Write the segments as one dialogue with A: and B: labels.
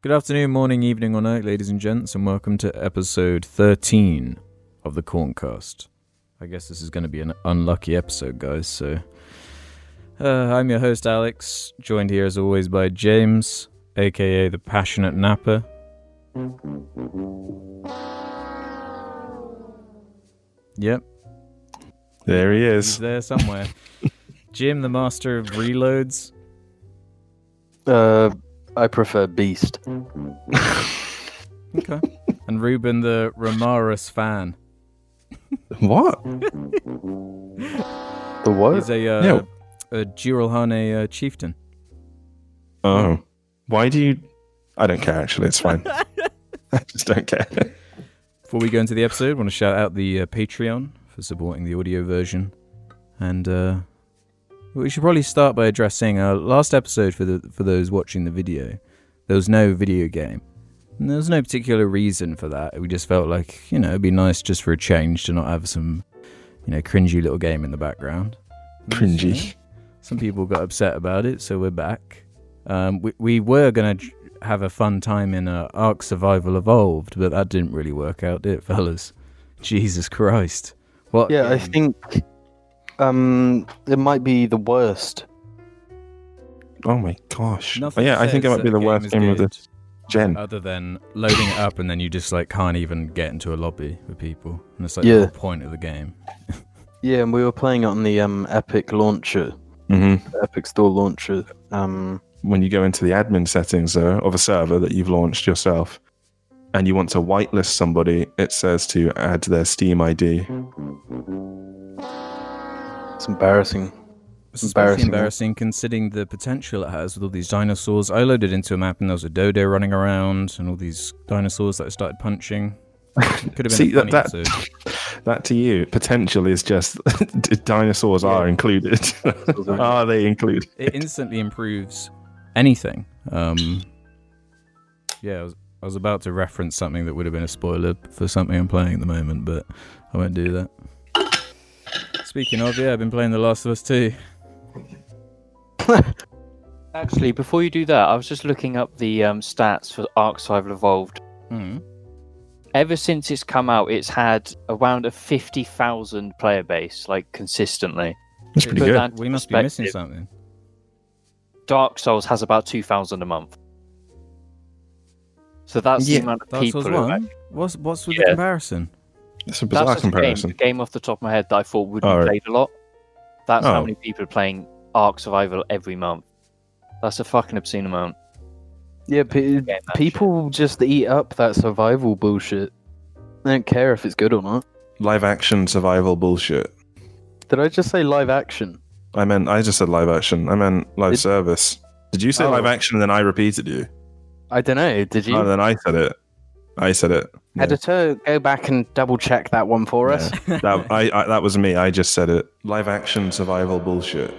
A: Good afternoon, morning, evening, or night, ladies and gents, and welcome to episode 13 of the Corncast. I guess this is going to be an unlucky episode, guys, so. Uh, I'm your host, Alex, joined here as always by James, aka the Passionate Napper. Yep,
B: There he
A: he's
B: is.
A: there somewhere. Jim, the Master of Reloads.
C: Uh, I prefer Beast.
A: Okay. And Ruben, the Romaris fan.
B: What?
C: The
A: He's
C: what?
A: a, uh,
B: Yeah.
A: a Duralhane uh, chieftain.
B: Oh. Why do you. I don't care, actually. It's fine. I just don't care.
A: Before we go into the episode, I want to shout out the uh, Patreon for supporting the audio version. And uh, we should probably start by addressing our last episode for the for those watching the video. There was no video game. And there was no particular reason for that. We just felt like, you know, it'd be nice just for a change to not have some, you know, cringy little game in the background. And that's, you know,
B: Cringy.
A: some people got upset about it, so we're back. Um, we, we were going to have a fun time in uh, Ark Survival Evolved, but that didn't really work out, did it, fellas? Jesus Christ. What?
C: Yeah, I
A: game?
C: think um it might be the worst.
B: Oh my gosh.
A: Nothing
B: yeah, I think it
A: says
B: might be
A: that
B: the worst
A: is
B: game of the
A: good Uh,
B: gen.
A: Other than loading it up and then you just like can't even get into a lobby with people. And it's like
C: Yeah.
A: the whole point of the game.
C: Yeah, and we were playing it on the um Epic launcher,
B: hmm
C: the Epic Store launcher. Um,
B: When you go into the admin settings though, of a server that you've launched yourself and you want to whitelist somebody, it says to add their Steam ID.
C: it's embarrassing.
A: It's especially
C: Embarrassing.
A: embarrassing considering the potential it has with all these dinosaurs. I loaded into a map and there was a dodo running around and all these dinosaurs that I started punching. Could have been
B: See,
A: a funny
B: that- that-
A: episode.
B: That to you, potential is just d- dinosaurs are included. are they included?
A: it instantly improves anything. Um, yeah, I was, I was about to reference something that would have been a spoiler for something I'm playing at the moment, but I won't do that. Speaking of, yeah, I've been playing The Last of Us 2.
D: Actually, before you do that, I was just looking up the um, stats for Ark Survival Evolved.
A: Hmm.
D: Ever since it's come out, it's had around a 50,000 player base, like consistently.
B: That's pretty
D: Put
B: good.
D: that into
A: We must be missing
D: perspective,
A: something.
D: Dark Souls has about 2,000 a month. So that's
B: Yeah,
D: the amount of
A: Dark
D: people.
A: Souls
D: who-
A: 1? What's, what's with the
D: Yeah.
A: comparison?
B: That's a
D: That's
B: bizarre
D: just a game-
B: comparison.
D: The game, off the top of my head that I thought would be
B: Alright.
D: played a lot. That's
B: Oh.
D: how many people are playing Ark Survival every month. That's a fucking obscene amount.
C: Yeah, pe-
D: Yeah, that
C: people just eat up that survival bullshit. They don't care if it's good or not.
B: Live action survival bullshit.
C: Did I just say live action?
B: I meant I just said live action. I meant live
C: Did-
B: service. Did you say
C: Oh.
B: live action and then I repeated you?
C: I don't know. Did you?
B: Oh, then I said it. I said it. Yeah.
C: Editor, go back and double check that one for us.
B: That, I, I, that was me. I just said it. Live action survival bullshit.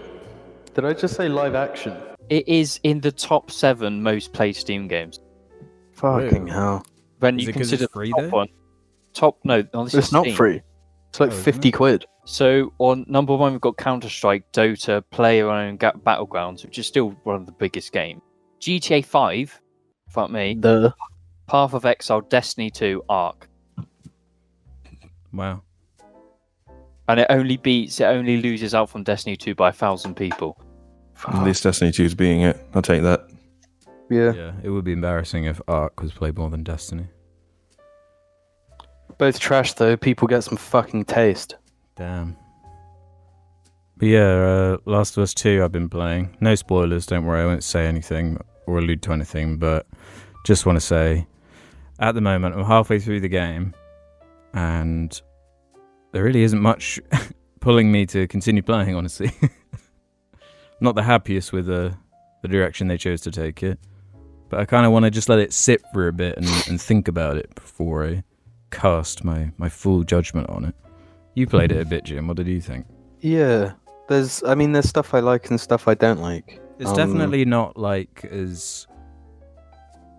C: Did I just say live action?
D: It is in the top seven most played Steam games.
C: Fucking
A: Whoa.
C: hell.
D: when
A: Is
D: you
A: it 'cause
D: consider
A: it's free
D: the top
A: though?
D: one, top no, no this
C: It's,
D: is
C: not
D: Steam.
C: free. It's like
A: Oh, isn't
C: 50
A: it?
C: quid.
D: So on number one, we've got Counter Strike, Dota, PlayerUnknown Ga- Battlegrounds, which is still one of the biggest games. GTA Five, fuck
A: Hmm.
D: me,
C: The
D: Path of Exile, Destiny Two, Ark,
A: Wow.
D: and it only beats, it only loses out from Destiny Two by a thousand people.
C: Ah.
B: At least Destiny 2 is being it. I'll take that.
C: yeah.
A: Yeah, it would be embarrassing if Ark was played more than Destiny.
C: Both trash though. People get some fucking taste.
A: Damn. But yeah, uh, Last of Us 2 I've been playing. No spoilers, don't worry, I won't say anything or allude to anything, but just want to say at the moment I'm halfway through the game and there really isn't much pulling me to continue playing, honestly. Not the happiest with uh, the direction they chose to take it, but I kind of want to just let it sit for a bit and, and think about it before I cast my, my full judgment on it. You played it a bit, Jim. What did you think?
C: Yeah. There's, I mean, there's stuff I like and stuff I don't like.
A: It's
C: Um,
A: definitely not like as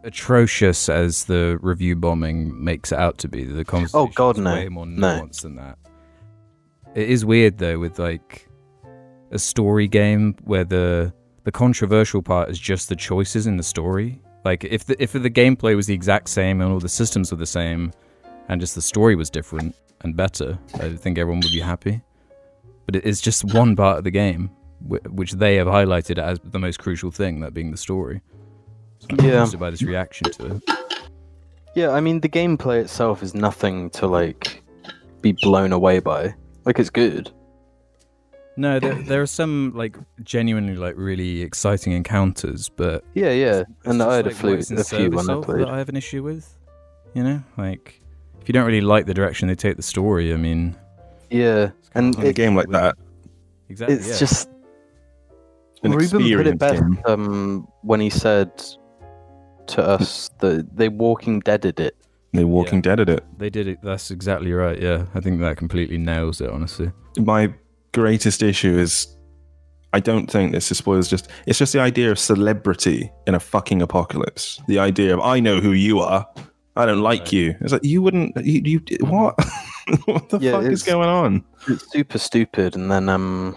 A: atrocious as the review bombing makes it out to be. The conversation
C: Oh, God,
A: is
C: no.
A: way more
C: No.
A: nuanced than that. It is weird though, with like a story game where the the controversial part is just the choices in the story. Like if the if the gameplay was the exact same and all the systems were the same, and just the story was different and better, I think everyone would be happy. But it is just one part of the game, wh- which they have highlighted as the most crucial thing, that being the story. So I'm
C: Yeah.
A: interested by this reaction to it.
C: Yeah, I mean the gameplay itself is nothing to like be blown away by. Like it's good.
A: No, there, there are some like genuinely like really exciting encounters, but
C: Yeah, yeah. And I had a, flu-
A: flute,
C: a few when I played.
A: that I have an issue with. You know, like if you don't really like the direction they take the story, I mean,
C: Yeah, and
B: On a
C: it-
B: game like that,
A: exactly.
C: it's
A: yeah.
C: just
B: an
C: Ruben put
B: experience
C: it best
B: game.
C: um, when he said to us that they Walking Deaded it.
B: They Walking Dead at it.
A: they did it. That's exactly right. Yeah, I think that completely nails it. Honestly,
B: my greatest issue is I don't think this is spoilers just it's just the idea of celebrity in a fucking apocalypse. The idea of I know who you are. I don't like you. It's like you wouldn't you, you what? what the
C: Yeah,
B: fuck is
C: it's-
B: going on?
C: It's super stupid, and then um,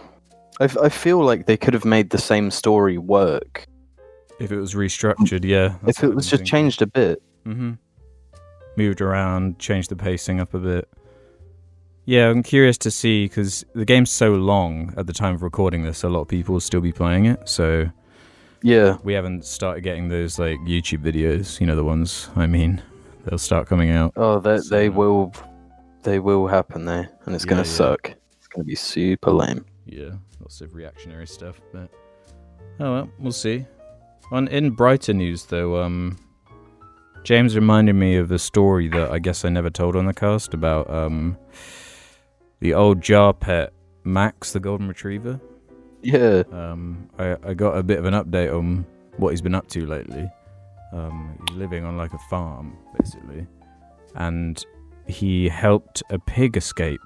C: I, f- I feel like they could have made the same story work
A: if it was restructured, yeah.
C: if it was just changed a bit.
A: hmm moved around, changed the pacing up a bit. Yeah, I'm curious to see because the game's so long at the time of recording this. A lot of people will still be playing it, so
C: Yeah,
A: we haven't started getting those like YouTube videos. You know the ones I mean. They'll start coming out.
C: oh, they they
A: So-
C: will, they will happen there, and it's
A: uh, Yeah,
C: gonna
A: yeah.
C: suck. It's gonna be super lame.
A: Yeah, lots of reactionary stuff. But oh well, we'll see. On in brighter news though, um, James reminded me of a story that I guess I never told on the cast about um, the old jar pet Max, the golden retriever.
C: Yeah,
A: Um, I, I got a bit of an update on what he's been up to lately. Um, he's living on like a farm, basically. And he helped a pig escape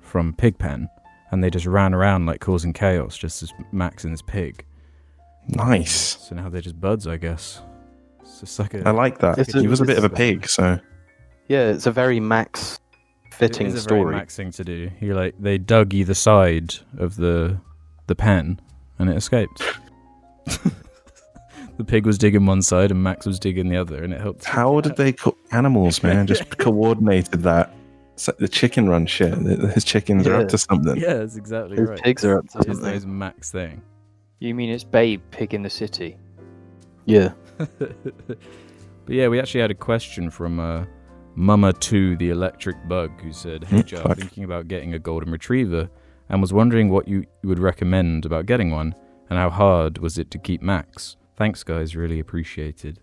A: from Pig Pen. And they just ran around like causing chaos, just as Max and this pig.
B: Nice.
A: So now they're just buds, I guess. It's just like a.
B: I like that.
C: It's a-
B: he was a bit of a
C: it's-
B: pig, so
C: yeah. It's a very Max fitting
A: it is A very
C: story.
A: Max thing to do. He like they dug either side of the the pen, and it escaped. the pig was digging one side, and Max was digging the other, and it helped.
B: how did they cook animals, man? Just coordinated that. It's like the chicken run shit. His chickens are
C: Yeah.
B: up to something.
A: Yeah, that's exactly
C: Those
A: right.
C: pigs are up to
A: It is
C: something.
A: those Max thing.
D: You mean it's Babe, Pig in the City?
C: Yeah,
A: but yeah, we actually had a question from uh, Mama Two, the electric bug, who said, "Hey,
C: Mm,
B: Hmm,
A: Joe, I'm
B: fuck.
A: thinking about getting a golden retriever, and was wondering what you you would recommend about getting one, and how hard was it to keep Max? Thanks, guys, really appreciated."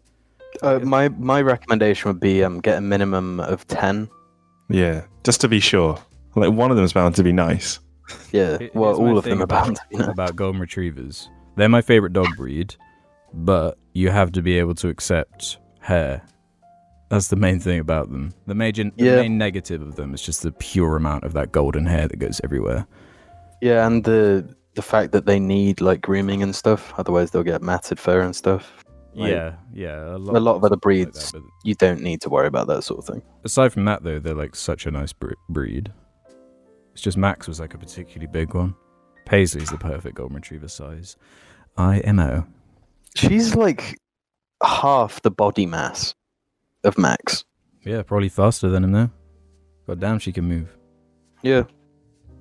C: uh, my my recommendation would be um, get a minimum of ten.
B: yeah. Just to be sure. Like one of them is bound to be nice.
C: Yeah,
A: Here-
C: well,
A: here's my
C: all of
A: thing
C: them are bound to be nice.
A: about golden retrievers. They're my favorite dog breed, but you have to be able to accept hair. That's the main thing about them. The major,
C: Yeah.
A: the main negative of them is just the pure amount of that golden hair that goes everywhere.
C: Yeah, and the the fact that they need like grooming and stuff, otherwise they'll get matted fur and stuff. Like,
A: yeah, yeah. A lot,
C: a lot of other
A: stuff like
C: breeds-
A: that,
C: You don't need to worry about that sort of thing.
A: but aside from that, though, they're like such a nice bre- breed. It's just Max was like a particularly big one. Paisley's the perfect golden retriever size. IMO.
C: She's like half the body mass of Max.
A: Yeah, probably faster than him though. God damn, she can move.
C: Yeah.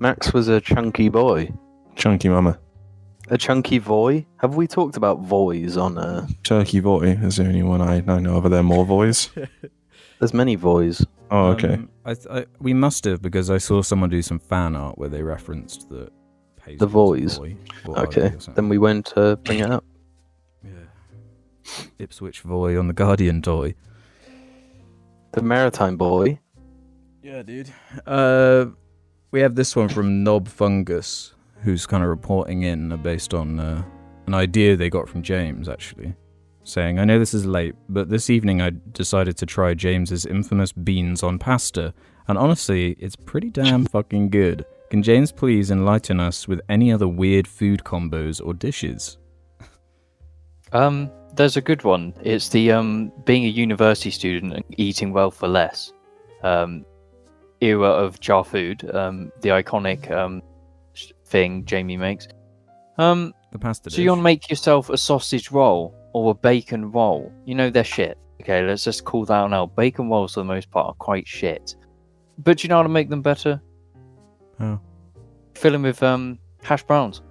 C: Max was a chunky boy.
B: Chunky mama.
C: A chunky boy? Have we talked about voys on uh
B: Turkey Voy is the only one I, I know of. Are there more Voys?
C: there's many voys.
B: Oh, okay.
A: Um, I, th- I, we must have because I saw someone do some fan art where they referenced that Paisley was a
C: Voice.
A: boy or
C: Okay.
A: Ivy or something.
C: Then we won't uh, bring it up.
A: yeah. Ipswich Voy on the Guardian toy.
C: The maritime boy.
A: Yeah, dude. Uh, we have this one from Knob Fungus, who's kind of reporting in uh, based on uh, an idea they got from James, actually, saying, I know this is late, but this evening I decided to try James's infamous beans on pasta, and honestly, it's pretty damn fucking good. Can James please enlighten us with any other weird food combos or dishes?
D: Um, there's a good one. It's the um being a university student and eating well for less. Um, era of jar food. Um, the iconic um sh- thing Jamie makes. Um,
A: The pasta
D: so
A: dish.
D: you want to make yourself a sausage roll, or a bacon roll, you know they're shit. Okay, let's just call that one out. Bacon rolls, for the most part, are quite shit. But you know how to make them better?
A: How?
D: Fill them with um, hash browns.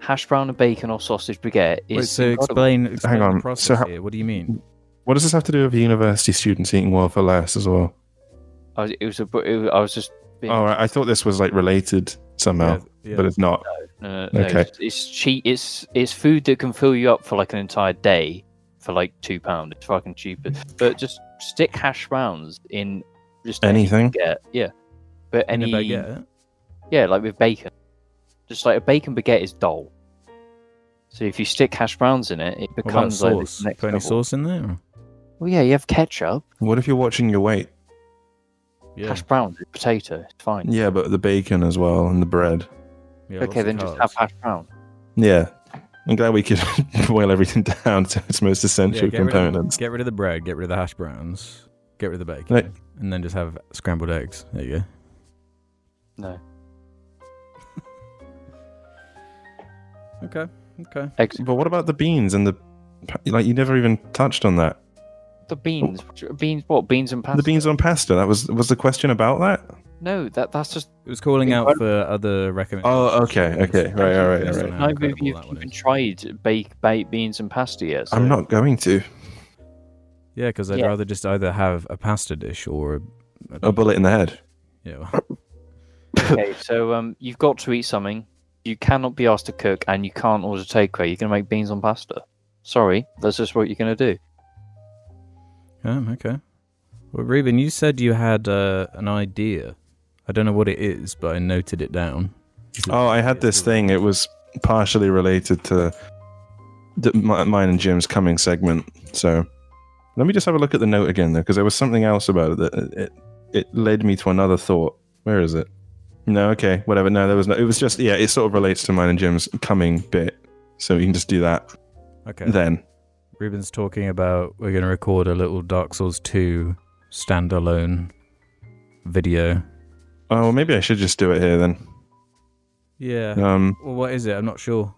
D: Hash brown and bacon or sausage baguette is.
A: Wait, so
D: incredible.
A: explain, explain
B: Hang
A: the
B: on,
A: process
B: so how-
A: here. What do you mean?
B: What does this have to do with university students eating well for less as well?
D: I was, it was a, it was, I was just. Being,
B: Oh, right. I thought this was like related somehow,
A: Yeah, yeah.
B: but it's not.
D: No, no, no,
B: Okay.
D: It's, it's cheap. It's it's food that can fill you up for like an entire day for like two pound. It's fucking stupid. But just stick hash browns in just any
B: Anything?
D: baguette. Yeah, but
A: In a
D: any
A: baguette?
D: yeah, like with bacon. Just like a bacon baguette is dull. So if you stick hash browns in it, it
A: What about
D: becomes like
A: sauce?
D: this next
A: Put any
D: level.
A: sauce in there?
D: Well, yeah, you have ketchup,
B: What if you're watching your weight?
A: Yeah.
D: hash browns, and potato. It's fine.
B: Yeah, but the bacon as well and the bread.
A: yeah lots
D: okay,
A: of
D: then just
A: carbs.
D: have hash brown.
B: Yeah. I'm glad we could boil everything down to its most
A: Yeah,
B: essential
A: get rid of-
B: components.
A: get rid of the bread, get rid of the hash browns, get rid of the bacon,
B: Like-
A: and then just have scrambled eggs. There you go.
D: No,
A: Okay. Okay.
D: eggs.
B: But what about the beans and the. pa- Like, you never even touched on that.
D: The beans,
A: Oh.
D: beans, what beans and pasta?
B: The beans on pasta. That was was the question about that.
D: No, that that's just
A: It was calling out
D: Incredible.
A: for other recommendations.
B: Oh, okay, okay, right, all right, all
A: Based
B: right.
A: on how
D: neither of
A: incredible
D: you
A: that
D: have
A: one
D: even
A: is.
D: tried bake baked beans and pasta yet. so-
B: I'm not going to
A: Yeah, because I'd
D: Yeah.
A: rather just either have a pasta dish or a,
B: a bullet in the head.
A: yeah. well,
D: okay, so um, you've got to eat something. You cannot be asked to cook, and you can't order takeaway. You're gonna make beans on pasta. Sorry, that's just what you're gonna do.
A: Um, okay. Well, Reuben, you said you had uh, an idea. I don't know what it is, but I noted it down. Is it-
B: Oh, I had this thing. It was partially related to the, my, mine and Jim's coming segment. So let me just have a look at the note again, though, because there was something else about it that uh, it, it led me to another thought. Where is it? No, okay, whatever. No, there was no. It was just yeah. It sort of relates to mine and Jim's coming bit, so we can just do that
A: Okay.
B: then.
A: Ruben's talking about we're going to record a little Dark Souls 2 standalone video.
B: Oh, well, maybe I should just do it here then.
A: Yeah.
B: Um,
A: Well, what is it? I'm not sure.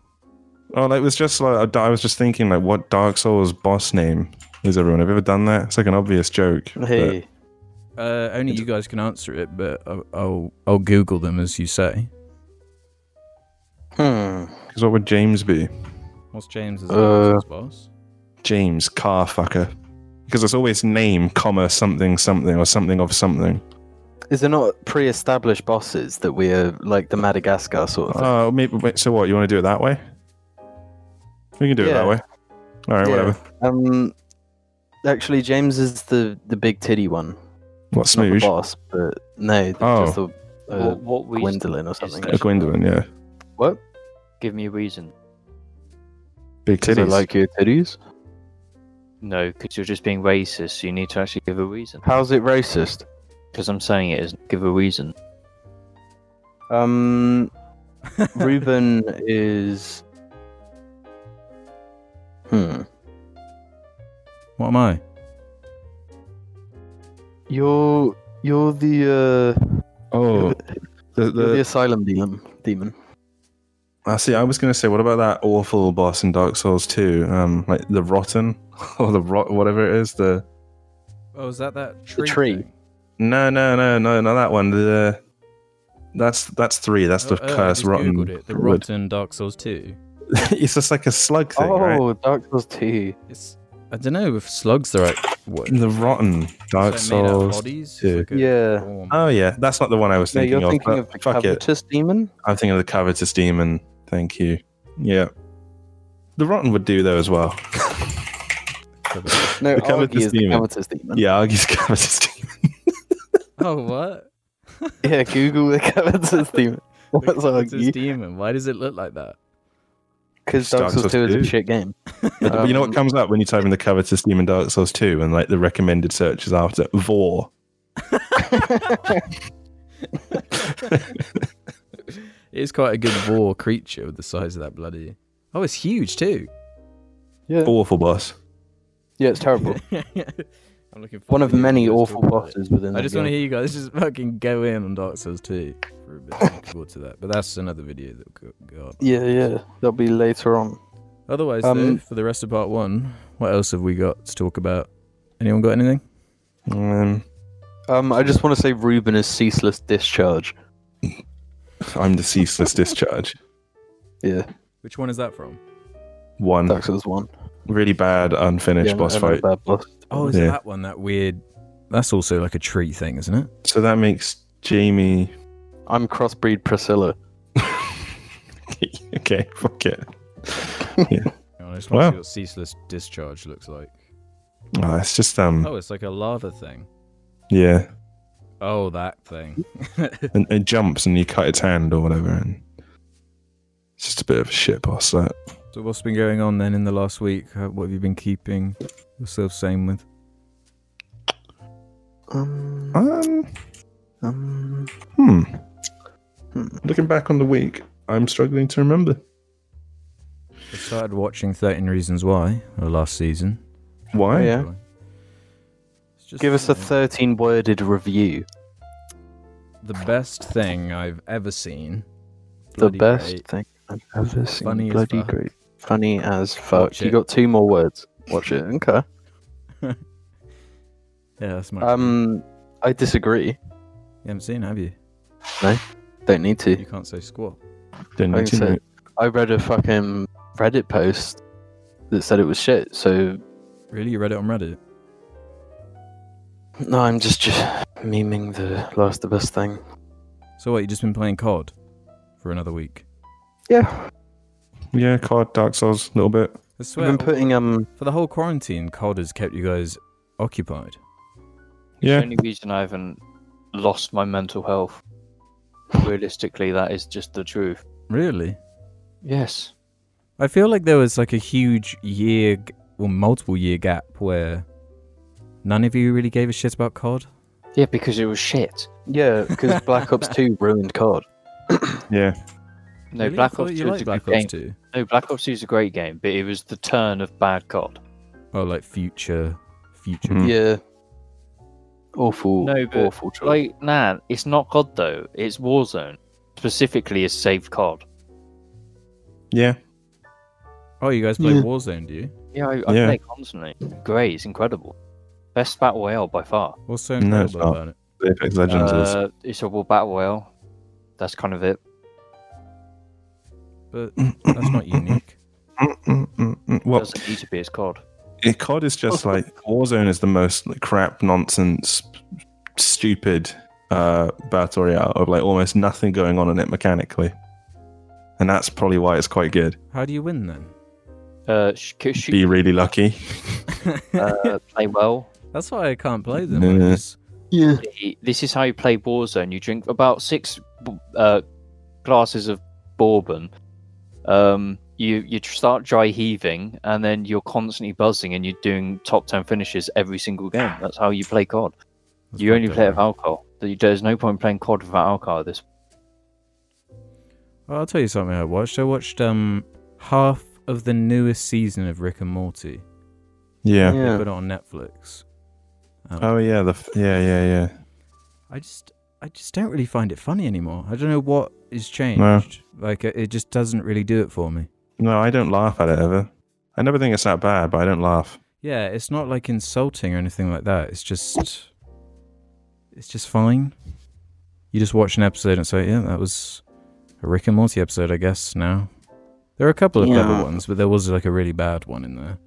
B: Oh, like, it was just like I was just thinking, like, what Dark Souls boss name is everyone? Have you ever done that? It's like an obvious joke. but-
C: Hey,
A: Uh, only you guys can answer it, but I'll, I'll I'll Google them as you say.
C: hmm.
B: Because what would James be?
A: What's James's
C: Uh,
A: answer, boss?
B: James Carfucker. Because it's always name, comma, something, something, or something of something.
C: Is there not pre-established bosses that we are like the Madagascar sort of thing?
B: Oh, maybe. Wait, so what? You want to do it that way? We can do it
C: Yeah.
B: that way. All right,
C: Yeah.
B: whatever.
C: Um, actually, James is the the big titty one,
B: What
C: not the
B: smoosh?
C: boss, but no, the,
B: Oh.
C: just the uh,
D: what, what reason?
C: Gwendolyn or something.
B: A Gwendolyn, yeah.
C: What?
D: Give me a reason.
B: Big
C: Does it
B: titties.
C: like your titties?
D: No, because you're just being racist. So you need to actually give a reason.
C: How's it racist?
D: Because I'm saying it is give a reason.
C: Um, Reuben is. Hmm.
A: What am I?
C: You're you're the uh,
B: oh, the,
C: you're the
B: the,
C: asylum demon. Demon.
B: I see. I was going to say, what about that awful boss in Dark Souls 2? Um, like the Rotten or the Rot, whatever it is, the.
A: Oh, is that that tree?
C: tree.
A: thing?
B: No, no, no, no, not that one. The that's that's three. That's the
A: Oh, oh, I
B: curse
A: just
B: rotten.
A: Googled it. The
B: wood.
A: rotten Dark Souls 2.
B: it's just like a slug thing, right?
C: oh, Dark Souls Two.
A: It's I don't know if slugs the right word.
B: The rotten Dark
A: Is that made out of
B: Souls.
A: bodies? It's
B: two.
A: like a
C: Yeah.
A: form.
B: Oh yeah, that's not the one I was
C: No,
B: thinking
C: you're
B: of.
C: thinking
B: but
C: of the
B: fuck it,
C: covetous demon.
B: I'm thinking of the covetous demon. Thank you. Yeah, the rotten would do though as well.
C: No,
B: The covetous
C: Argy is the
B: demon.
C: covetous demon.
B: Yeah, Argy's covetous demon.
A: oh, what?
C: Yeah, Google the covetous demon. What's
A: What's this
C: Argy?
A: demon? Why does it look like that?
C: Because Dark
B: Dark Souls
C: Souls Two is a
B: two.
C: shit game.
B: But you know what
C: Um,
B: comes up when you type in the covetous demon Dark Souls two, and like the recommended search is after vor.
A: It's quite a good war creature with the size of that bloody. Oh, it's huge too.
C: Yeah.
B: Awful boss.
C: Yeah, it's terrible.
A: I'm looking.
C: One
A: forward
C: of
A: to hearing
C: many
A: you guys
C: awful
A: talk about it.
C: bosses within.
A: I
C: the
A: just want to
C: game.
A: hear you guys just fucking go in on Dark Souls 2 for a bit. I'm looking forward to that, but that's another video that will go- go up.
C: Yeah, yeah, that'll be later on.
A: Otherwise,
C: Um,
A: though, for the rest of part one, what else have we got to talk about? Anyone got anything?
B: Um,
C: Um, I just want to say Ruben is ceaseless discharge.
B: I'm the ceaseless discharge.
C: Yeah,
A: Which one is that from?
B: One
C: Dark Souls one.
B: really bad unfinished
C: yeah,
B: Hmm. boss
C: another
B: fight.
C: bad boss.
A: Oh, is it
B: Yeah.
A: that one? That weird. That's also like a tree thing, isn't it?
B: So that makes Jamie.
C: I'm crossbreed Priscilla.
B: okay, fuck it.
A: I just
B: Wow.
A: want to see what ceaseless discharge looks like.
B: Oh, it's just um,
A: Oh, it's like a lava thing.
B: yeah,
A: Oh, that thing.
B: and it jumps and you cut its hand or whatever, and it's just a bit of a shit boss. That
A: so, what's been going on then in the last week? Uh, What have you been keeping yourself sane with?
C: Um,
B: um,
C: um,
B: hmm.
C: Hmm.
B: Looking back on the week, I'm struggling to remember.
A: I started watching 13 Reasons Why uh, last season.
B: Why?
C: Oh, Yeah.
A: It's just-
C: give us a 13 worded review.
A: the best thing I've ever seen.
C: The
A: Bloody
C: best
A: great.
C: thing I've ever seen.
A: Funny as
C: Bloody
A: fuck.
C: great. Funny as fuck.
A: Watch
C: You
A: it.
C: got two more words. Watch it. Okay.
A: Yeah, that's my.
C: Um, I disagree.
A: you haven't seen, it, have you?
C: Don't need to.
A: You can't say squat.
B: Didn't
C: I
B: you
C: think so.
B: know?
C: I read a fucking Reddit post that said it was shit. So
A: Really, you read it on Reddit?
C: no, I'm just just memeing the last the best thing.
A: So what? You just been playing COD for another week?
C: Yeah,
B: Yeah, COD, Dark Souls, a little bit.
A: I
C: we've
A: swear,
C: been putting um.
A: for the whole quarantine, COD has kept you guys occupied.
D: The
B: Yeah,
D: only reason I haven't lost my mental health, realistically, that is just the truth.
A: Really?
D: Yes.
A: I feel like there was like a huge year, g- or multiple year gap where none of you really gave a shit about COD.
D: Yeah, because it was shit.
C: Yeah, because Black Ops Two ruined COD.
B: yeah.
A: Really?
D: No,
A: I
D: Black
A: thought
D: Ops
A: you
D: 2 is
A: liked
D: a
A: Black
D: good
A: Ops
D: game.
A: 2.
D: No, Black Ops 2 is a great game, but it was the turn of bad COD.
A: Oh, like future, future.
B: Mm.
C: Yeah, Hmm. awful,
D: No, but,
C: awful choice.
D: Like, nah, it's not COD though. It's Warzone. Specifically, is save COD.
B: Yeah.
A: Oh, you guys play
C: Yeah.
A: Warzone, do you?
D: Yeah, I, I
B: Yeah.
D: play constantly. Great, it's incredible. Best battle royale by far.
A: What's so
B: No,
A: incredible
B: it's not.
A: about it?
B: Apex Legends is.
D: Uh, it's a war battle royale. That's kind of it.
A: But that's not unique.
B: Mm, Well,
D: Doesn't need to be. It's COD.
B: it- COD is just like Warzone is the most like, crap, nonsense, stupid uh, battle royale of like almost nothing going on in it mechanically, and that's probably why it's quite good.
A: How do you win then?
D: Uh, sh- sh- shoot,
B: Be really lucky.
D: uh, play well.
A: That's why I can't play them.
B: Yeah.
A: I just-
C: yeah,
D: This is how you play Warzone. You drink about six uh, glasses of bourbon. Um, you you tr- start dry heaving, and then you're constantly buzzing, and you're doing top ten finishes every single game. That's how you play COD.
A: that's
D: You
A: my
D: only play it
A: demo.
D: with alcohol. There- There's no point playing COD without alcohol. at This
A: Well, Oh, I'll tell you something I watched. I watched um half of the newest season of Rick and Morty.
B: Yeah.
A: They
C: yeah.
A: put it on Netflix. Um,
B: Oh yeah. The f- yeah yeah yeah.
A: I just I just don't really find it funny anymore. I don't know what is changed. Like uh, it just doesn't really do it for me.
B: No, I don't laugh at it ever. I never think it's that bad, but I don't laugh.
A: Yeah, it's not like insulting or anything like that. It's just it's just fine. You just watch an episode and say, yeah, that was a Rick and Morty episode, I guess. Now there are a couple of clever
C: Yeah.
A: ones, but there was like a really bad one in there,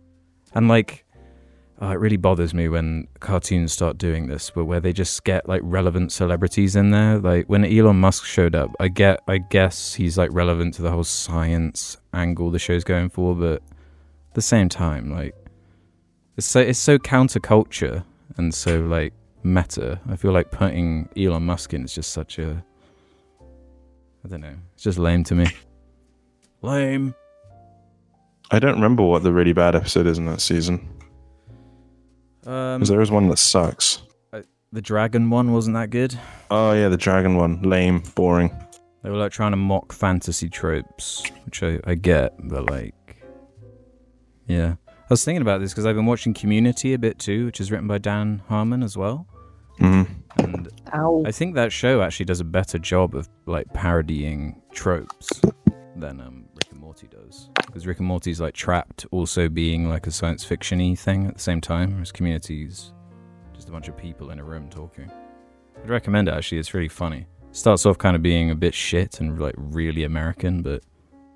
A: and like. Oh, it really bothers me when cartoons start doing this, but where they just get like relevant celebrities in there. Like when Elon Musk showed up, I get, I guess he's like relevant to the whole science angle the show's going for, but at the same time, like it's so it's so counterculture and so like meta. I feel like putting Elon Musk in is just such a I don't know. It's just lame to me. Lame.
B: I don't remember what the really bad episode is in that season
A: Um,
B: because there is one that sucks.
A: the dragon one wasn't that good.
B: Oh yeah, the dragon one. Lame, boring.
A: They were like trying to mock fantasy tropes, which I, I get, but like, yeah. I was thinking about this because I've been watching Community a bit too, which is written by Dan Harmon as well.
B: hmm
A: and I think that show actually does a better job of like parodying tropes than um, Rick and Morty does. Because Rick and Morty's like trapped, also being like a science fiction-y thing at the same time. Whereas Community's just a bunch of people in a room talking. I'd recommend it actually. It's really funny. Starts off kind of being a bit shit and like really American, but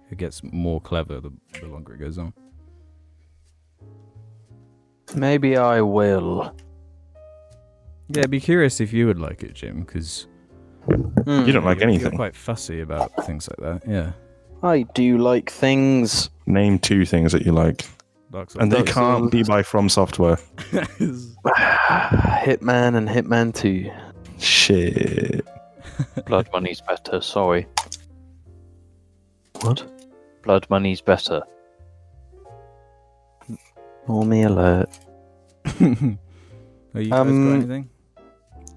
A: it gets more clever the, the longer it goes on.
C: Maybe I will.
A: Yeah, I'd be curious if you would like it, Jim, because
C: Hmm.
B: You don't like
A: you're
B: anything.
A: quite fussy about things like that. Yeah,
D: Hmm.
C: I do like things.
B: Name two things that you like,
A: Dark Souls.
B: and they
C: Dark
B: can't
C: Souls.
B: be by From Software.
C: Hitman and Hitman 2.
B: Shit.
D: Blood Money's better. Sorry,
C: What?
D: Blood Money's better.
C: Normie alert.
A: Are you guys
C: Um,
A: got anything?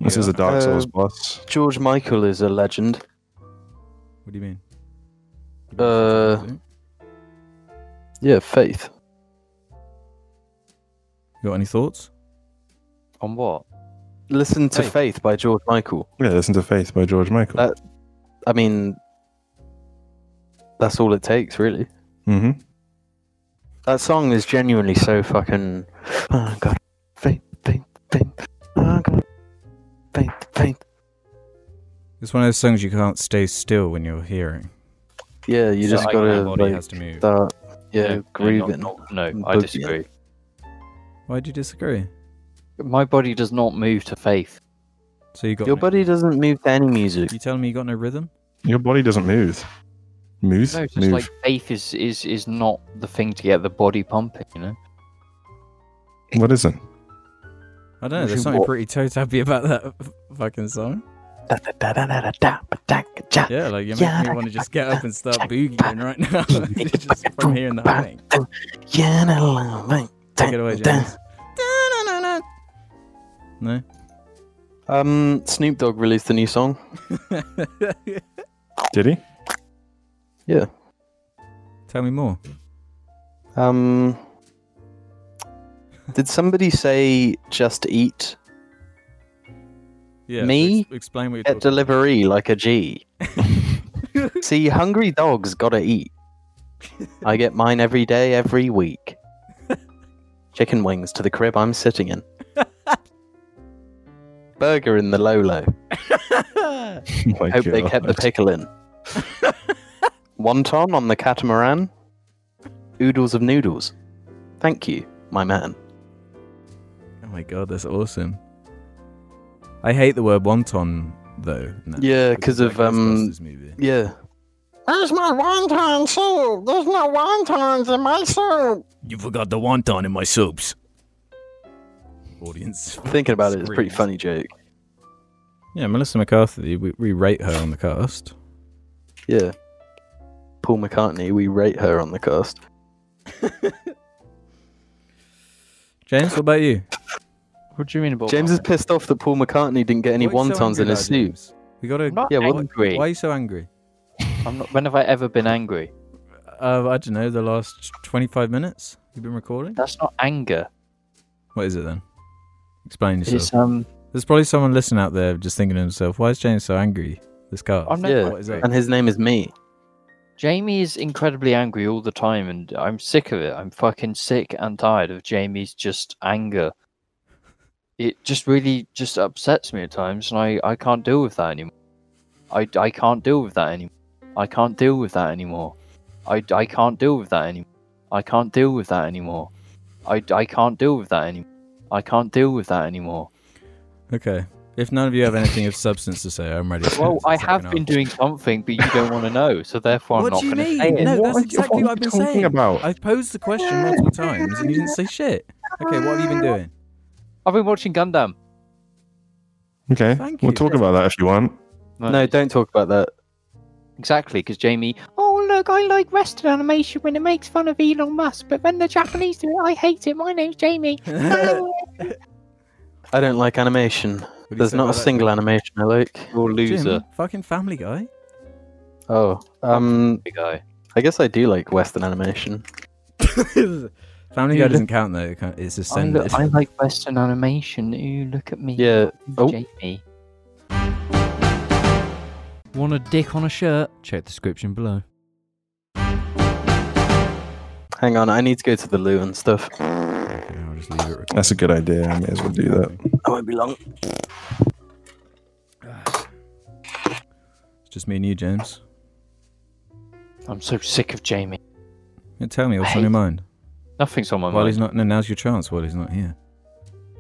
B: This
A: Yeah.
B: is a Dark Souls
C: Uh,
B: boss.
C: George Michael is a legend.
A: What do you mean? You mean
C: Uh,
A: Satan, is it?
C: Yeah, faith.
A: You got any thoughts?
D: On what?
C: Listen to
D: Faith.
C: Faith by George Michael.
B: Yeah, listen to Faith by George Michael.
C: That- I mean, that's all it takes, really.
B: hmm
C: That song is genuinely so fucking. Oh god, faint, faint, faint. Oh god, faint, faint.
A: It's one of those songs you can't stay still when you're hearing.
C: Yeah, you
D: So
C: just
D: I-
A: Your
C: gotta
A: body
C: like,
A: has to move.
C: start. Yeah,
D: no,
C: grooving.
D: No, no, no, I
C: Boogie.
D: disagree.
A: Why do you disagree?
D: My body does not move to faith.
A: So you got
C: Your
A: no-
C: body doesn't move to any music.
A: You telling me you got no rhythm?
B: Your body doesn't move. Move,
D: No, it's just
B: move.
D: like faith is, is is not the thing to get the body pumping. You know.
B: What is it?
A: I don't know.
D: You
A: There's
D: should
A: something
D: walk.
A: pretty toe tappy about that f- fucking song.
C: Da, da, da, da, da, da, da, da, da, da.
A: Yeah, like you
C: Yeah.
A: make me want to just get up and start boogieing right now. just from hearing the humming.
C: Yeah, da, da, da,
A: Take it away,
C: da, da.
A: James. No.
C: Um, Snoop Dogg released a new song.
B: Did he?
C: Yeah.
A: Tell me more.
C: Um, did somebody say just eat
A: Yeah.
C: Me?
A: ex- explain what you're
C: at
A: talking
C: delivery like a G? See, hungry dogs gotta eat. I get mine every day, every week. Chicken wings to the crib I'm sitting in. Burger in the Lolo.
B: My
C: Hope they
B: God.
C: kept the pickle in. Wonton on the catamaran. Oodles of noodles. Thank you, my man.
A: Oh my god, that's awesome. I hate the word wonton though. now,
C: Yeah, 'cause
A: it's
C: of,
A: like
C: um,
A: Ghostbusters movie.
C: Yeah. Where's my wonton soup? There's no wontons in my soup.
A: You forgot the wonton in my soups. Audience.
C: Thinking about it, it's a pretty
A: Screams.
C: funny joke.
A: Yeah, Melissa McCarthy. We, we rate her on the cast.
C: Yeah. Paul McCartney, we rate her on the cast.
A: James, what about you?
D: What do you mean about
C: James is pissed off that Paul McCartney didn't get any
A: What are you so
C: wontons
A: angry
C: in his
A: about,
C: soup.
A: James? We gotta.
D: I'm not
C: Yeah, well,
D: angry.
A: Why are you so angry?
D: I'm not, when have I ever been angry?
A: Uh, I don't know. The last twenty-five minutes you've been recording.
D: That's not anger.
A: What is it then? Explain yourself.
D: It's um.
A: There's probably someone listening out there just thinking to himself, "Why is James so angry? This cast."
D: I'm not
C: Yeah.
A: What is that?
C: And his name is me.
D: Jamie is incredibly angry all the time, and I'm sick of it. I'm fucking sick and tired of Jamie's just anger. It just really just upsets me at times, and I, I can't deal with that anymore. I, I can't deal with that anymore. I can't deal with that anymore. I, I can't deal with that anymore. I can't deal with that anymore. I, I can't deal with that anymore. I can't deal with that anymore.
A: Okay. If none of you have anything of substance to say, I'm ready. to
D: Well,
A: answer the
D: I
A: second
D: have been
A: half.
D: doing something, but you don't want to know, so therefore I'm
A: What
D: not
A: do you
D: going to
A: mean?
D: say it.
A: No, that's
B: What-
A: exactly
B: what
A: what
B: are
A: I've
B: you
A: been
B: talking
A: saying.
B: about?
A: I've posed the question multiple times and you didn't say shit. Okay, what have you been doing?
D: I've been watching Gundam.
B: Okay,
A: Thank
B: we'll
A: you.
B: talk about that if you want.
C: No, don't talk about that.
D: Exactly, because Jamie. Oh look, I like Western animation when it makes fun of Elon Musk, but when the Japanese do it, I hate it. My name's Jamie.
A: What
C: I don't like animation.
A: do you
C: There's
A: say
C: not
A: about
C: a
A: that?
C: single animation I like.
D: You're a
A: Jim,
D: loser,
A: fucking Family Guy.
C: Oh, um,
D: big guy.
C: I guess I do like Western animation.
A: family Guy doesn't count though. It can't- It's
D: I,
A: ascended.
D: like Western animation. Ooh, look at me.
C: Yeah. Oh.
D: Jamie. Want a dick on a shirt? Check the description below.
C: Hang on, I need to go to the loo and stuff.
A: Yeah, I'll just leave it.
B: That's a good idea. I may as well do that.
C: I won't be long.
A: It's just me and you, James.
D: I'm so sick of Jamie.
A: Yeah, tell me what's on your mind.
D: Nothing's on my
A: While
D: mind.
A: he's not, no, now's your chance. While he's not here,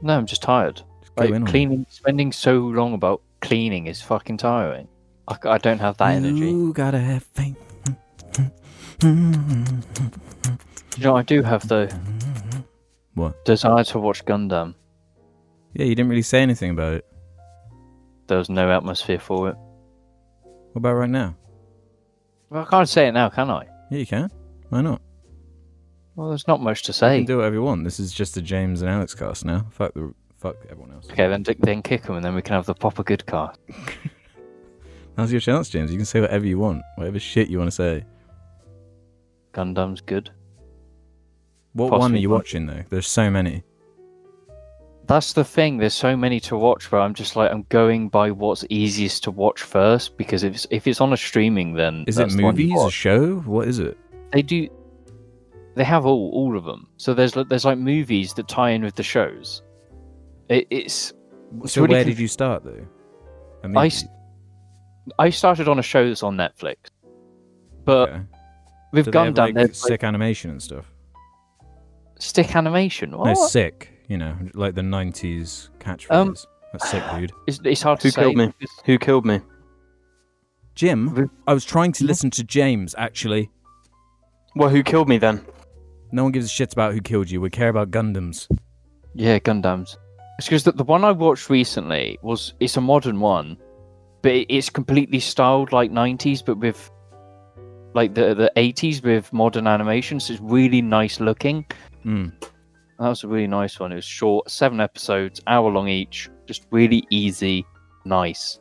D: No, I'm just tired.
A: just go in
D: Like
A: on it.
D: cleaning, spending so long about cleaning is fucking tiring. I, c- I don't have that energy.
A: You gotta have faith.
D: You know, I do have the
A: What?
D: desire to watch Gundam.
A: Yeah, you didn't really say anything about it.
D: There's no atmosphere for it.
A: What about right now?
D: Well, I can't say it now, can I?
A: Yeah, you can. Why not?
D: Well, there's not much to
A: You
D: say.
A: can do whatever you want. This is just a James and Alex cast now. Fuck the fuck everyone else.
D: Okay, then then kick him, and then we can have the proper good car.
A: Now's your chance, James. You can say whatever you want, whatever shit you want to say.
D: Gundam's good.
A: What one are
D: Possibly
A: you
D: not.
A: watching though? There's so many.
D: That's the thing. There's so many to watch, but I'm just like I'm going by what's easiest to watch first because if it's, if it's on a streaming, then
A: Is
D: that's
A: it
D: the one you
A: movies? A
D: watch.
A: show? What is it?
D: They do. They have all all of them. So there's li- there's like movies that tie in with the shows. It, it's It's
A: So
D: really
A: where
D: conf-
A: did you start though? I mean,
D: I s- I started on a show that's on Netflix, but
A: okay.
D: with
A: Do they have,
D: Gundam,
A: like,
D: there's like,
A: sick animation and stuff.
D: stick animation. What?
A: No, sick. You know, like the '90s catchphrase.
D: Um,
A: That's sick, dude.
D: it's, it's hard
C: Who
D: to say.
C: killed me?
D: because-
C: Who killed me?
A: Jim, I was trying to listen to James. Actually,
C: Well, who killed me then?
A: no one gives a shit about who killed you. We care about Gundams.
D: Yeah, Gundams. It's because the, the one I watched recently was it's a modern one, but it, it's completely styled like '90s, but with like the the '80s with modern animation. So it's really nice looking.
A: Mm.
D: That was a really nice one. It was short, seven episodes, hour long each. Just really easy, nice.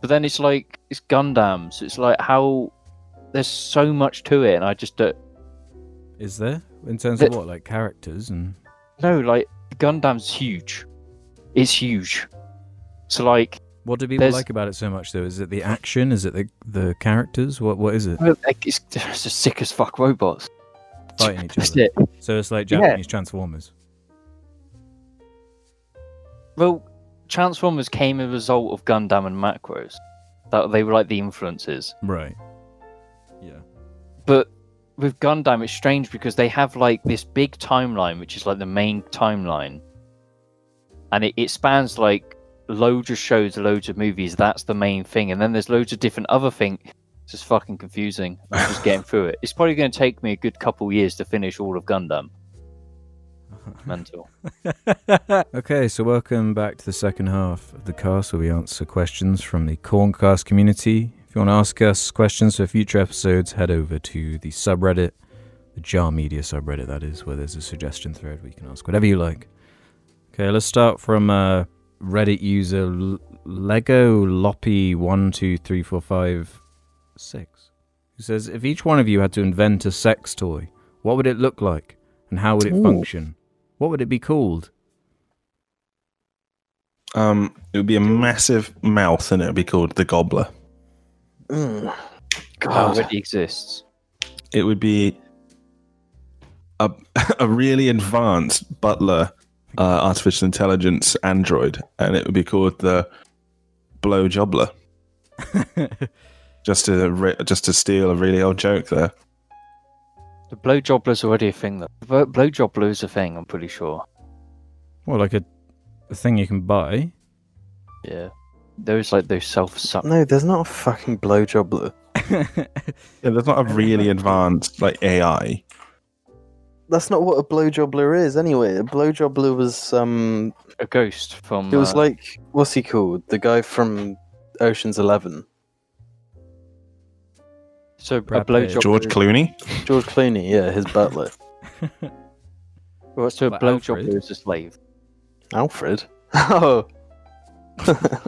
D: But then it's like it's Gundams. it's like how there's so much to it, and I just don't
A: Is there in terms
D: Th-
A: of what, like characters and?
D: know. Like Gundam's huge. It's huge. So like
A: What do people
D: There's-
A: like about it so much though? Is it the action? Is it the the characters? What what is it?
D: Well, like, It's, it's just sick as fuck robots.
A: Fighting each
D: That's
A: other.
D: it.
A: So it's like
D: Yeah.
A: Japanese Transformers.
D: Well, Transformers came as a result of Gundam and Macros. That they were like the influences.
A: Right. Yeah.
D: But with Gundam, it's strange because they have like this big timeline, which is like the main timeline, and it, it spans like loads of shows, loads of movies. That's the main thing, and then there's loads of different other things. It's just fucking confusing. I'm just getting through it. It's probably going to take me a good couple years to finish all of Gundam. Mental.
A: okay, so welcome back to the second half of the cast where we answer questions from the Corncast community. If you want to ask us questions for future episodes, head over to the subreddit, the Jar Media subreddit, that is, where there's a suggestion thread where you can ask whatever you like. Okay, let's start from uh, Reddit user L- Lego Loppy123456, who says If each one of you had to invent a sex toy, what would it look like and how would it
B: Ooh.
A: function? What would it be called?
B: Um, it would be a massive mouth, and it would be called the Gobbler.
C: Mm.
D: That
C: God.
D: already exists.
B: It would be a a really advanced butler, uh, artificial intelligence android, and it would be called the Blow Jobbler. Just to re- just to steal a really old joke there.
D: The blow jobbler's already a thing, though. The blo- blow jobbler is a thing, I'm pretty sure.
A: Well, like a, a thing you can buy.
D: Yeah. Those, like, those self suck.
C: No, there's not a fucking blowjob blue.
B: Yeah, there's not a really advanced like AI.
C: That's not what a blowjob blue is, anyway. A blowjob blue was um,
D: A ghost from.
C: it was
D: uh,
C: like what's he called? The guy from Ocean's Eleven,
D: So, a
A: Brad
D: blow
A: Pitt.
D: jobbler.
B: George Clooney.
C: George Clooney. Yeah, his butler,
D: Well, so, a
A: Like
D: blow
A: Alfred.
D: jobbler is a slave.
C: Alfred. Oh,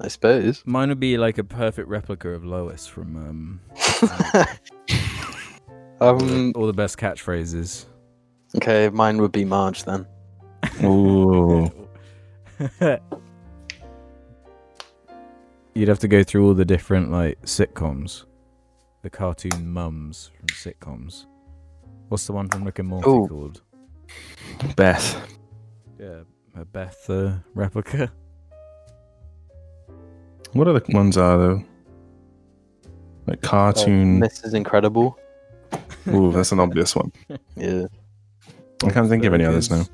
C: I suppose.
A: Mine would be like a perfect replica of Lois from um,
C: um.
A: all the best catchphrases.
C: Okay, mine would be Marge then.
B: Ooh,
A: You'd have to go through all the different like sitcoms. the cartoon mums from sitcoms. What's the one from Rick and Morty
C: Ooh.
A: called?
B: Beth.
A: Yeah, a Beth uh, replica.
B: What other ones are though? Like cartoon.
C: Mrs. Oh, Incredible.
B: Ooh, that's an obvious one.
C: Yeah.
B: I can't think of any others now.
A: Burgers.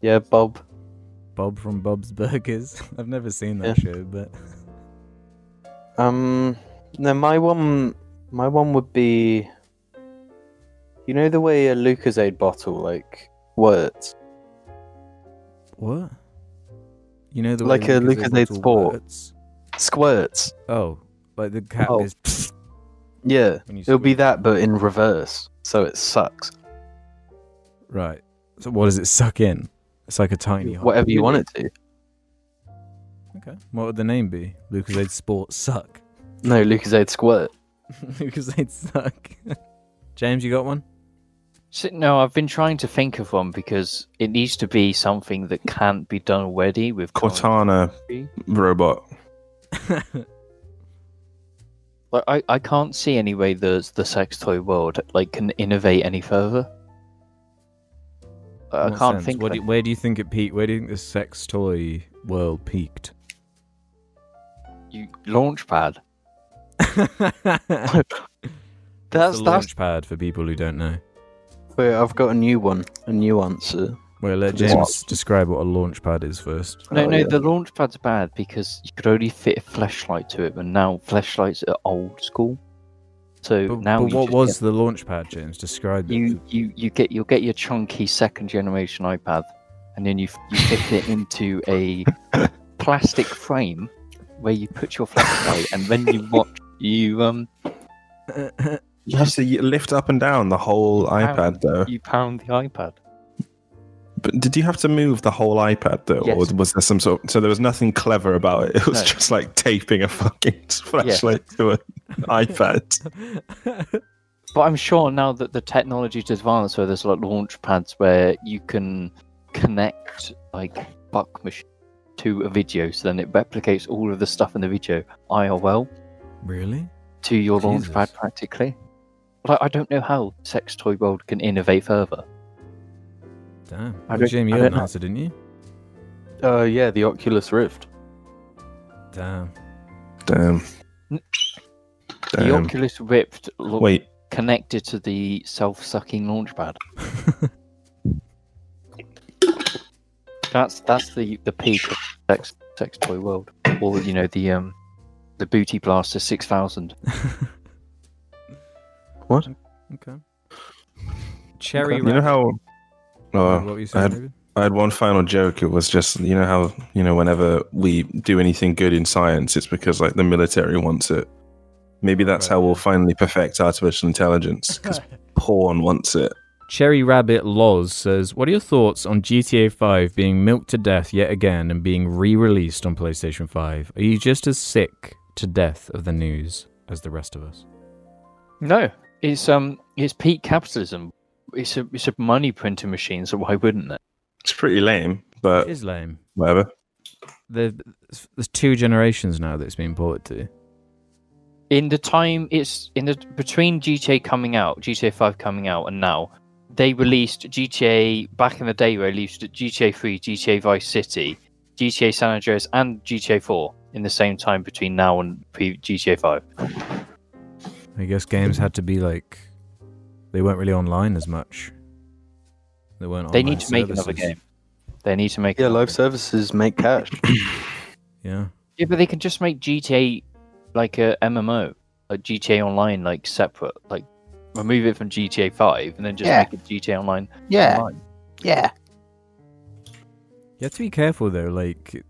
C: Yeah, Bob.
A: Bob from Bob's Burgers. I've never seen that show, but
C: Um, no, my one, my one would be. You know the way a Lucasade bottle like works.
A: what? You know the
C: Like
A: way
C: a Lucasade
A: bottle
C: Sport.
A: works?
C: Squirts.
A: Oh, like the cap
C: Oh.
A: goes
C: Yeah,
A: when you
C: it'll be
A: squeeze.
C: that, but in reverse. So it sucks.
A: right. So what does it suck in? It's like a tiny. hole.
C: Whatever you want it to.
A: Okay. What would the name be? Lucasade Sport Suck.
C: No, Lucasade squirt.
A: Lucasade Suck. James, you got one?
D: So, no, I've been trying to think of one because it needs to be something that can't be done already with current-
B: Cortana robot.
D: Like, I, I can't see any way the the sex toy world like can innovate any further. I
A: What
D: can't
A: sense?
D: think.
A: What
D: of
A: do you- where do you think it peaked? Where do you think the sex toy world peaked?
D: you, launchpad.
A: that's
C: That's
A: the
C: that's.
A: launch pad for people who don't know.
C: Wait, I've got a new one, a new answer.
A: Well, let
C: What?
A: James describe what a launch pad is first.
D: No,
C: Oh,
D: no,
C: yeah.
D: the launchpad's bad because you could only fit a flashlight to it, and now flashlights are old school. So
A: But,
D: now
A: but
D: you
A: what
D: just
A: was the launch pad, James? Describe
D: get-
A: it.
D: you you you get you'll get your chunky second generation iPad, and then you f- you fit it into a plastic frame where you put your flashlight, and then you watch you um
B: You have to lift up and down the whole iPad though.
D: you pound the iPad.
B: But did you have to move the whole iPad though,
D: Yes.
B: or was there some sort? So there was nothing clever about it. It was
D: No.
B: just like taping a fucking flashlight to an iPad.
D: But I'm sure now that the technology's advanced, where there's like launch pads where you can connect like buck machine to a video, so then it replicates all of the stuff in the video IRL
A: really?
D: to your launch pad
A: Jesus.
D: practically. Like I don't know how sex toy world can innovate further.
A: Damn.
C: I
A: Well,
C: don't-
A: Jamie, you
C: I
A: had
C: don't
A: an
C: know.
A: answer, didn't you?
C: Uh, yeah, the Oculus Rift.
A: Damn.
B: Damn.
D: The
B: Damn.
D: Oculus Rift lo-
B: Um, Wait,
D: connected to the self-sucking launch pad. That's that's the the peak of sex sex toy world, or you know the um the booty blaster six thousand.
C: What?
A: Okay. Cherry.
B: you know how?
A: rabbit.
B: Oh,
A: what were you
B: I
A: saying?
B: had
A: David?
B: I had one final joke. It was just you know how you know whenever we do anything good in science, it's because like the military wants it. Maybe that's
A: Right.
B: how we'll finally perfect artificial intelligence because porn wants it.
A: Cherry Rabbit Laws says, What are your thoughts on GTA 5 being milked to death yet again and being re released on PlayStation 5? Are you just as sick to death of the news as the rest of us?
D: No, it's um it's peak capitalism. It's a it's a money printing machine, so why wouldn't it?
B: It's pretty lame, but
D: Uh,
A: It is lame.
B: whatever.
A: There- There's two generations now that it's been ported to.
D: In the time it's in the between GTA coming out, GTA Five coming out, and now they released GTA back in the day. They released GTA Three, GTA Vice City, GTA San Andreas, and GTA Four in the same time between now and pre- GTA Five.
C: Oh,
A: I guess games had to be like. They weren't really online as much. They weren't
D: They
A: online
D: need to make another
A: services.
D: game. They need to make
C: Yeah,
D: another
C: live
D: game.
C: services make cash.
A: Yeah.
D: Yeah, but they can just make GTA like a MMO, like GTA Online, like separate, like remove it from GTA Five and then just
C: Yeah.
D: make it GTA Online. online.
C: yeah.
A: You have to be careful though. Like,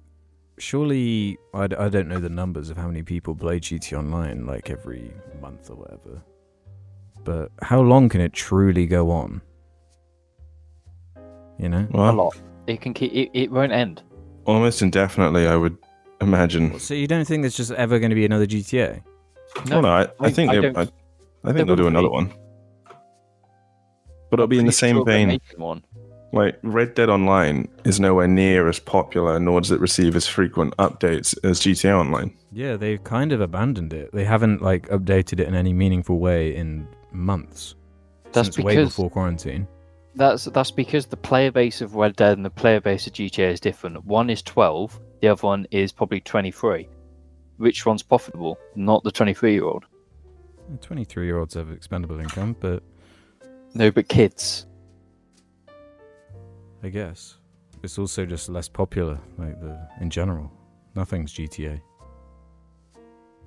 A: surely I, d- I don't know the numbers of how many people play GT Online like every month or whatever. But how long can it truly go on? You know,
D: a
B: Well,
D: lot. It can keep. It, it won't end.
B: almost indefinitely, I would imagine.
A: so you don't think there's just ever going to be another GTA?
B: No, no, I, I
D: I-
B: think
D: I
B: they,
D: don't-
B: I, I think they'll
D: won't
B: do another
D: be.
B: one, but it'll be in the
D: Pretty
B: same
D: sure they're
B: vein.
D: making One.
B: Like Red Dead Online is nowhere near as popular, nor does it receive as frequent updates as GTA Online.
A: Yeah, they've kind of abandoned it. They haven't like updated it in any meaningful way in months.
D: That's
A: since way
D: because-
A: before quarantine.
D: That's that's because the player base of Red Dead and the player base of GTA is different. One is 12, the other one is probably 23. Which one's profitable? Not the 23 year old.
A: Twenty-three year olds have expendable income, but
D: No, but kids.
A: I guess it's also just less popular, like the in general. Nothing's GTA.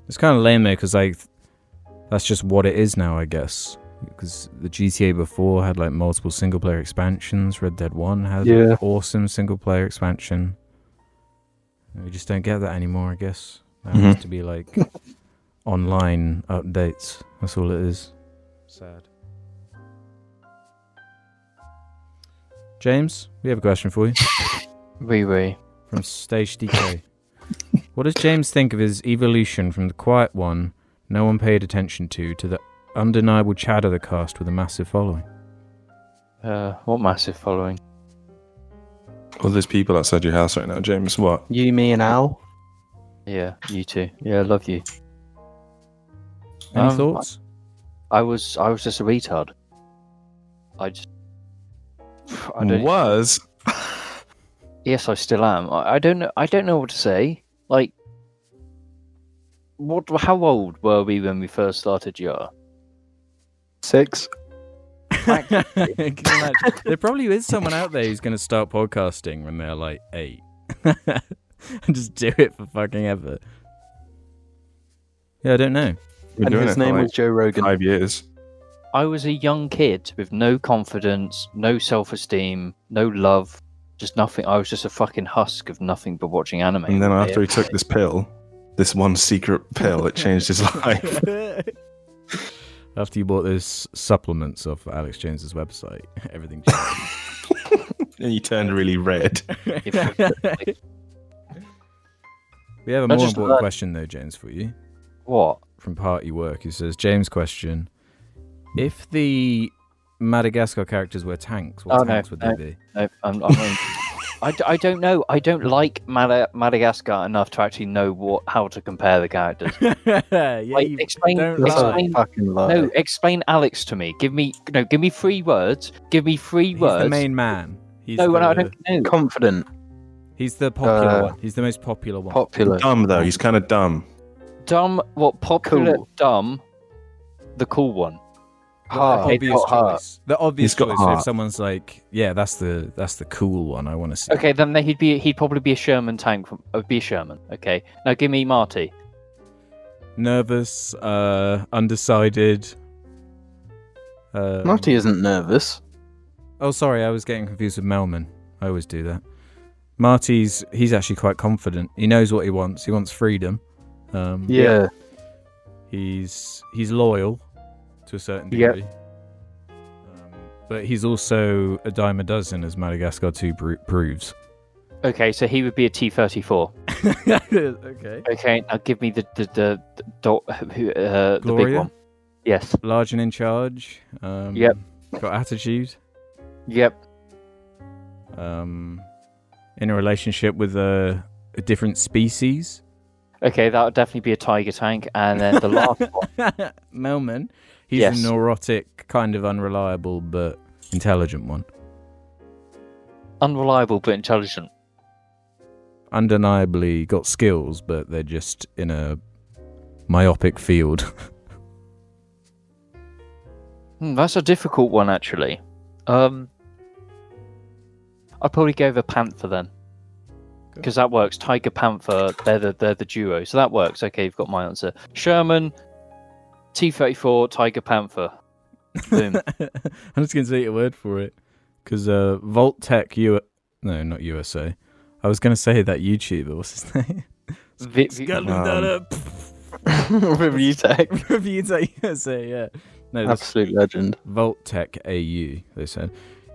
A: It's kind of lame though, because like that's just what it is now, I guess. Because the GTA before had like multiple single player expansions. Red Dead One had an
C: Yeah.
A: awesome single player expansion. And We just don't get that anymore, I guess. Now it
B: Mhm.
A: has to be like online updates. That's all it is. Sad. James, we have a question for you
D: Riri.
A: from Stage DK. what does James think of his evolution from the quiet one no one paid attention to to the undeniable Chad of the cast with a massive following?
D: Uh, what massive following?
B: All those people outside your house right now, James. What?
C: You, me, and Al.
D: Yeah, you too. Yeah, I love you.
A: Any
D: Um,
A: thoughts?
D: I was I was just a retard. I just I don't
B: Was
D: Yes, I still am. I, I don't know. I don't know what to say. Like, what? How old were we when we first started GR?
C: Six.
A: Can you imagine? there probably is someone out there who's going to start podcasting when they're like eight and just do it for fucking ever. Yeah, I don't know.
B: We're
C: and
B: doing
C: his
B: it for
C: name
B: like
C: was Joe Rogan.
B: five years.
D: I was a young kid with no confidence, no self-esteem, no love, just nothing. I was just a fucking husk of nothing but watching anime.
B: And then after he
D: Yeah.
B: took this pill, this one secret pill, it changed his life.
A: After you bought those supplements off Alex Jones's website, everything changed.
B: and he turned really red.
A: we
D: If-
A: have a more
D: That's just
A: important
D: like-
A: question though, James, for you
D: what?
A: from Party Work. Who says, James, question: If the Madagascar characters were tanks, what
D: Oh, no,
A: tanks would
D: no.
A: they be?
D: No, I'm, I'm not- I, d- I don't know. I don't like Mada- Madagascar enough to actually know what how to compare the characters.
A: yeah,
D: Like,
A: you
D: explain-
A: don't
C: That's
A: lie.
C: a
D: Explain-
C: fucking lie.
D: No, explain Alex to me. Give me no. Give me three words. Give me three
A: He's
D: words.
A: the main man. He's
D: no,
A: the,
D: I don't know.
C: Confident,
A: He's the popular
C: Uh,
A: one. He's the most popular one.
C: popular.
B: Dumb though, he's kind of dumb.
D: Dumb. What popular?
C: Cool.
D: Dumb. The cool one.
A: The
C: Heart.
A: obvious
C: Got heart.
A: choice. The obvious
B: got
A: choice.
B: heart.
A: If someone's like, "Yeah, that's the that's the cool one. I want to see."
D: Okay, then he'd be he'd probably be a Sherman tank. From, uh, be a Sherman. Okay. Now give me Marty.
A: Nervous, uh, undecided. Uh,
C: Marty isn't nervous.
A: Oh, sorry, I was getting confused with Melman. I always do that. Marty's he's actually quite confident. He knows what he wants. He wants freedom. Um,
C: Yeah.
A: He's he's loyal to a certain
C: Yeah.
A: degree. Um, but he's also a dime a dozen, as Madagascar 2 pr- proves.
D: Okay, so he would be a T thirty four.
A: okay.
D: Okay, now give me the the the the, dot- who- uh, the big
A: Gloria?
D: one. Yes.
A: Large and in charge. Um,
D: Yep.
A: Got attitude.
D: Yep.
A: um, in a relationship with a, a different species.
D: Okay, that would definitely be a tiger tank, and then the last one.
A: Melman, he's
D: Yes.
A: a neurotic, kind of unreliable but intelligent one,
D: Unreliable but intelligent.
A: undeniably got skills, but they're just in a myopic field.
D: Hmm, that's a difficult one, actually. Um, I'd probably go with Panther then, because that works. Tiger Panther, they're the they're the duo, so that works. Okay, you've got my answer. Sherman, T thirty four, Tiger Panther. Boom.
A: I'm just gonna take your word for it, because uh, Volt Tech U, no, not USA. I was gonna say that YouTuber. What's his name?
D: Vi- vi-
A: Scotland
B: Um,
A: Dollar.
C: Review tech.
A: Reviews at USA. Yeah. No, that's
C: Absolute legend.
A: Voltech AU, they said.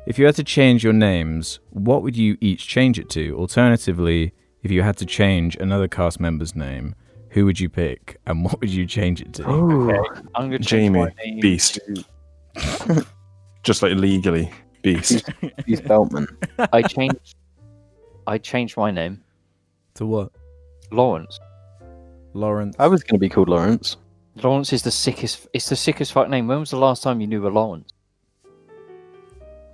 A: If you had to change your names, what would you each change it to? Alternatively, if you had to change another cast member's name, who would you pick and what would you change it to?
D: Okay, I'm gonna change
B: Jamie,
D: my name
B: beast.
D: to-
B: Just like legally. Beast.
C: He's Beltman.
D: I changed. I changed my name,
A: To what?
D: Lawrence.
A: Lawrence.
C: I was going to be called Lawrence.
D: Lawrence is the sickest. It's the sickest fuck name. When was the last time you knew a Lawrence?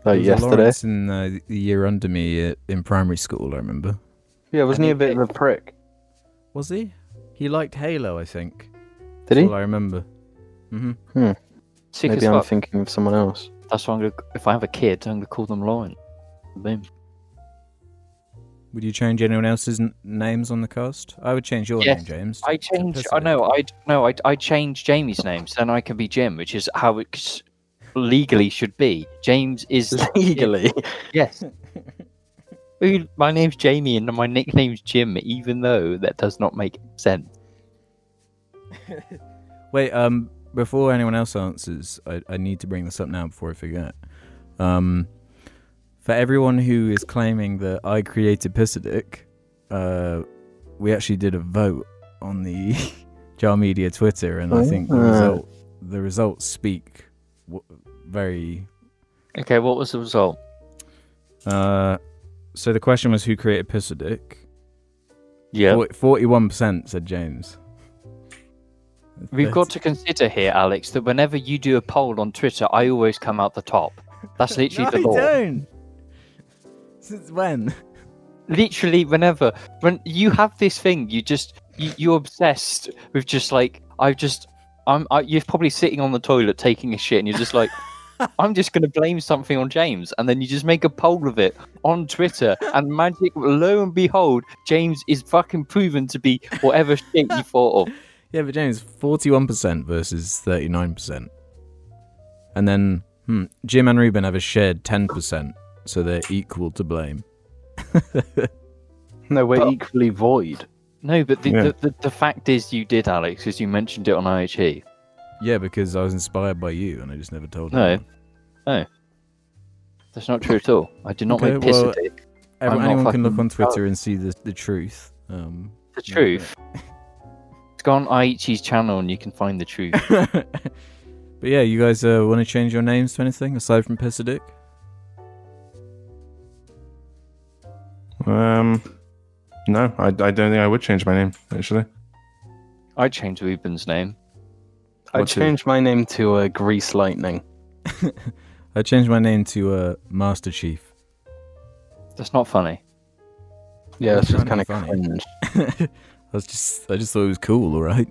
A: There
C: Like
A: was a
C: yesterday.
A: Lawrence in uh, the year under me uh, in primary school, I remember.
C: Yeah, wasn't he a bit of a prick?
A: Was he? He liked Halo, I think.
C: Did he?
A: That's all I remember. hmm
D: Sick
C: Maybe
D: as
C: I'm
D: fuck.
C: thinking of someone else.
D: That's why I'm gonna. If I have a kid, I'm gonna call them Lawrence. Boom.
A: Would you change anyone else's n- names on the cast? I would change your
D: Yes,
A: name, James. to-
D: I
A: to
D: changed.
A: piss
D: I
A: it.
D: know. I no. I I changed Jamie's name, so then I can be Jim, which is how it s- legally should be. James is
C: Legally.
D: yes. Who- My name's Jamie and my nickname's Jim, even though that does not make sense.
A: Wait, um, before anyone else answers, I, I need to bring this up now before I forget. Um, for everyone who is claiming that I created Pissadick, uh, we actually did a vote on the Jar Media Twitter, and I think the
C: Ah.
A: result the results speak w- very.
D: Okay, what was the result?
A: Uh, so the question was who created Pissadick.
D: Yeah,
A: Forty-one percent said James.
D: we've got to consider here, Alex, that whenever you do a poll on Twitter, I always come out the top. That's literally the
A: no,
D: law.
A: I don't. Since when?
D: literally whenever when you have this thing you just you, you're obsessed with just like i've just i'm I, you're probably sitting on the toilet taking a shit and you're just like i'm just going to blame something on james and then you just make a poll of it on twitter and magic lo and behold james is fucking proven to be whatever shit you thought of
A: Yeah, but James, forty-one percent versus thirty-nine percent, and then hmm, Jim and Ruben have a shared ten percent, so they're equal to blame.
C: No, we're
D: Oh.
C: equally void.
D: no but the,
B: Yeah.
D: the, the, the fact is you did alex as you mentioned it on E. ihe
A: Yeah, because I was inspired by you, and I just never told.
D: No.
A: anyone.
D: that's not true at all i did not
A: Okay,
D: make piss
A: well,
D: at it
A: Everyone,
D: I'm not
A: anyone can look
D: fucking
A: on Twitter and see the the truth. Um,
D: the
A: yeah.
D: truth it's gone Aichi's channel and you can find the truth
A: but yeah, you guys uh, want to change your names to anything aside from Pissadick?
B: um, no, I, I don't think I would change my name, actually.
D: I changed Ruben's name.
C: I
B: What's it?
C: changed my name to uh, Grease Lightning.
A: I changed my name to uh, Master Chief.
D: That's not funny.
C: Yeah,
A: That's
C: that's just kind
A: kinda
C: of
A: funny.
C: cringe.
A: I was just I just thought it was cool, all right.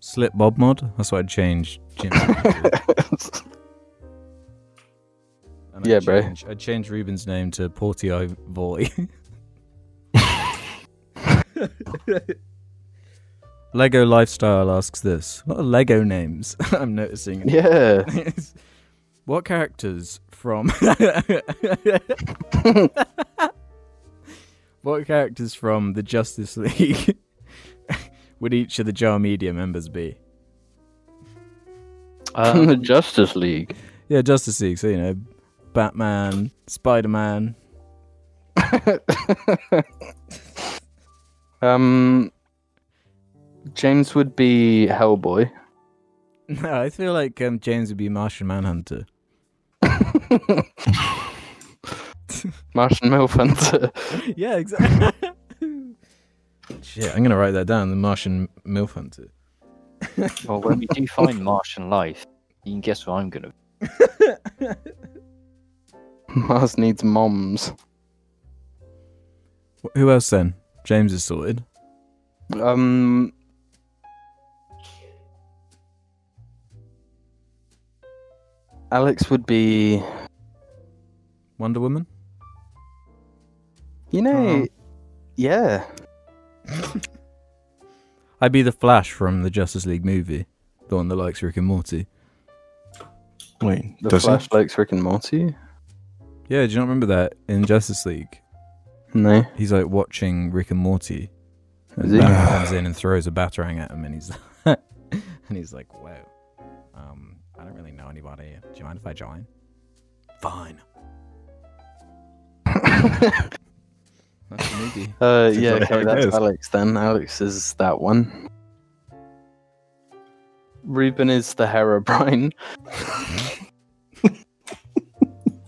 A: Slip Bob mod. That's what I'd change. Jim. to. And
C: Yeah,
A: I'd
C: bro.
A: change, I'd change Ruben's name to Portio Voy. Lego Lifestyle asks this: A lot of Lego names. I'm noticing.
C: yeah.
A: what characters from what characters from the Justice League would each of the Jar Media members be?
D: Um, Uh,
C: the Justice League.
A: Yeah, Justice League. So you know, Batman, Spider Man.
C: um, James would be Hellboy.
A: No, I feel like um, James would be Martian Manhunter.
C: Martian Milfunter.
A: yeah, exactly. Shit, I'm gonna write that down. The Martian Milf Hunter.
D: well, when we do find Martian life, you can guess what I'm gonna.
C: Mars needs moms.
A: Wh- Who else then? James is sorted.
C: Um, Alex would be.
A: Wonder Woman.
C: You know,
B: Uh-huh.
A: Oh.
C: yeah.
A: I'd be the Flash from the Justice League movie, the one that likes Rick and Morty.
B: Wait,
C: The
B: does
C: Flash
B: he?
C: likes Rick and Morty.
A: Yeah, do you not remember that in Justice League?
C: No.
A: He's like watching Rick and Morty, and
C: Is he?
A: Batman comes in and throws a batarang at him, and he's and he's like, "Wow, um, I don't really know anybody. Do you mind if I join?" Fine. That's the movie.
C: Uh,
B: Seems
C: yeah,
B: like how
C: okay,
B: it
C: that's
B: goes.
C: Alex then. Alex is that one. Ruben is the Herobrine.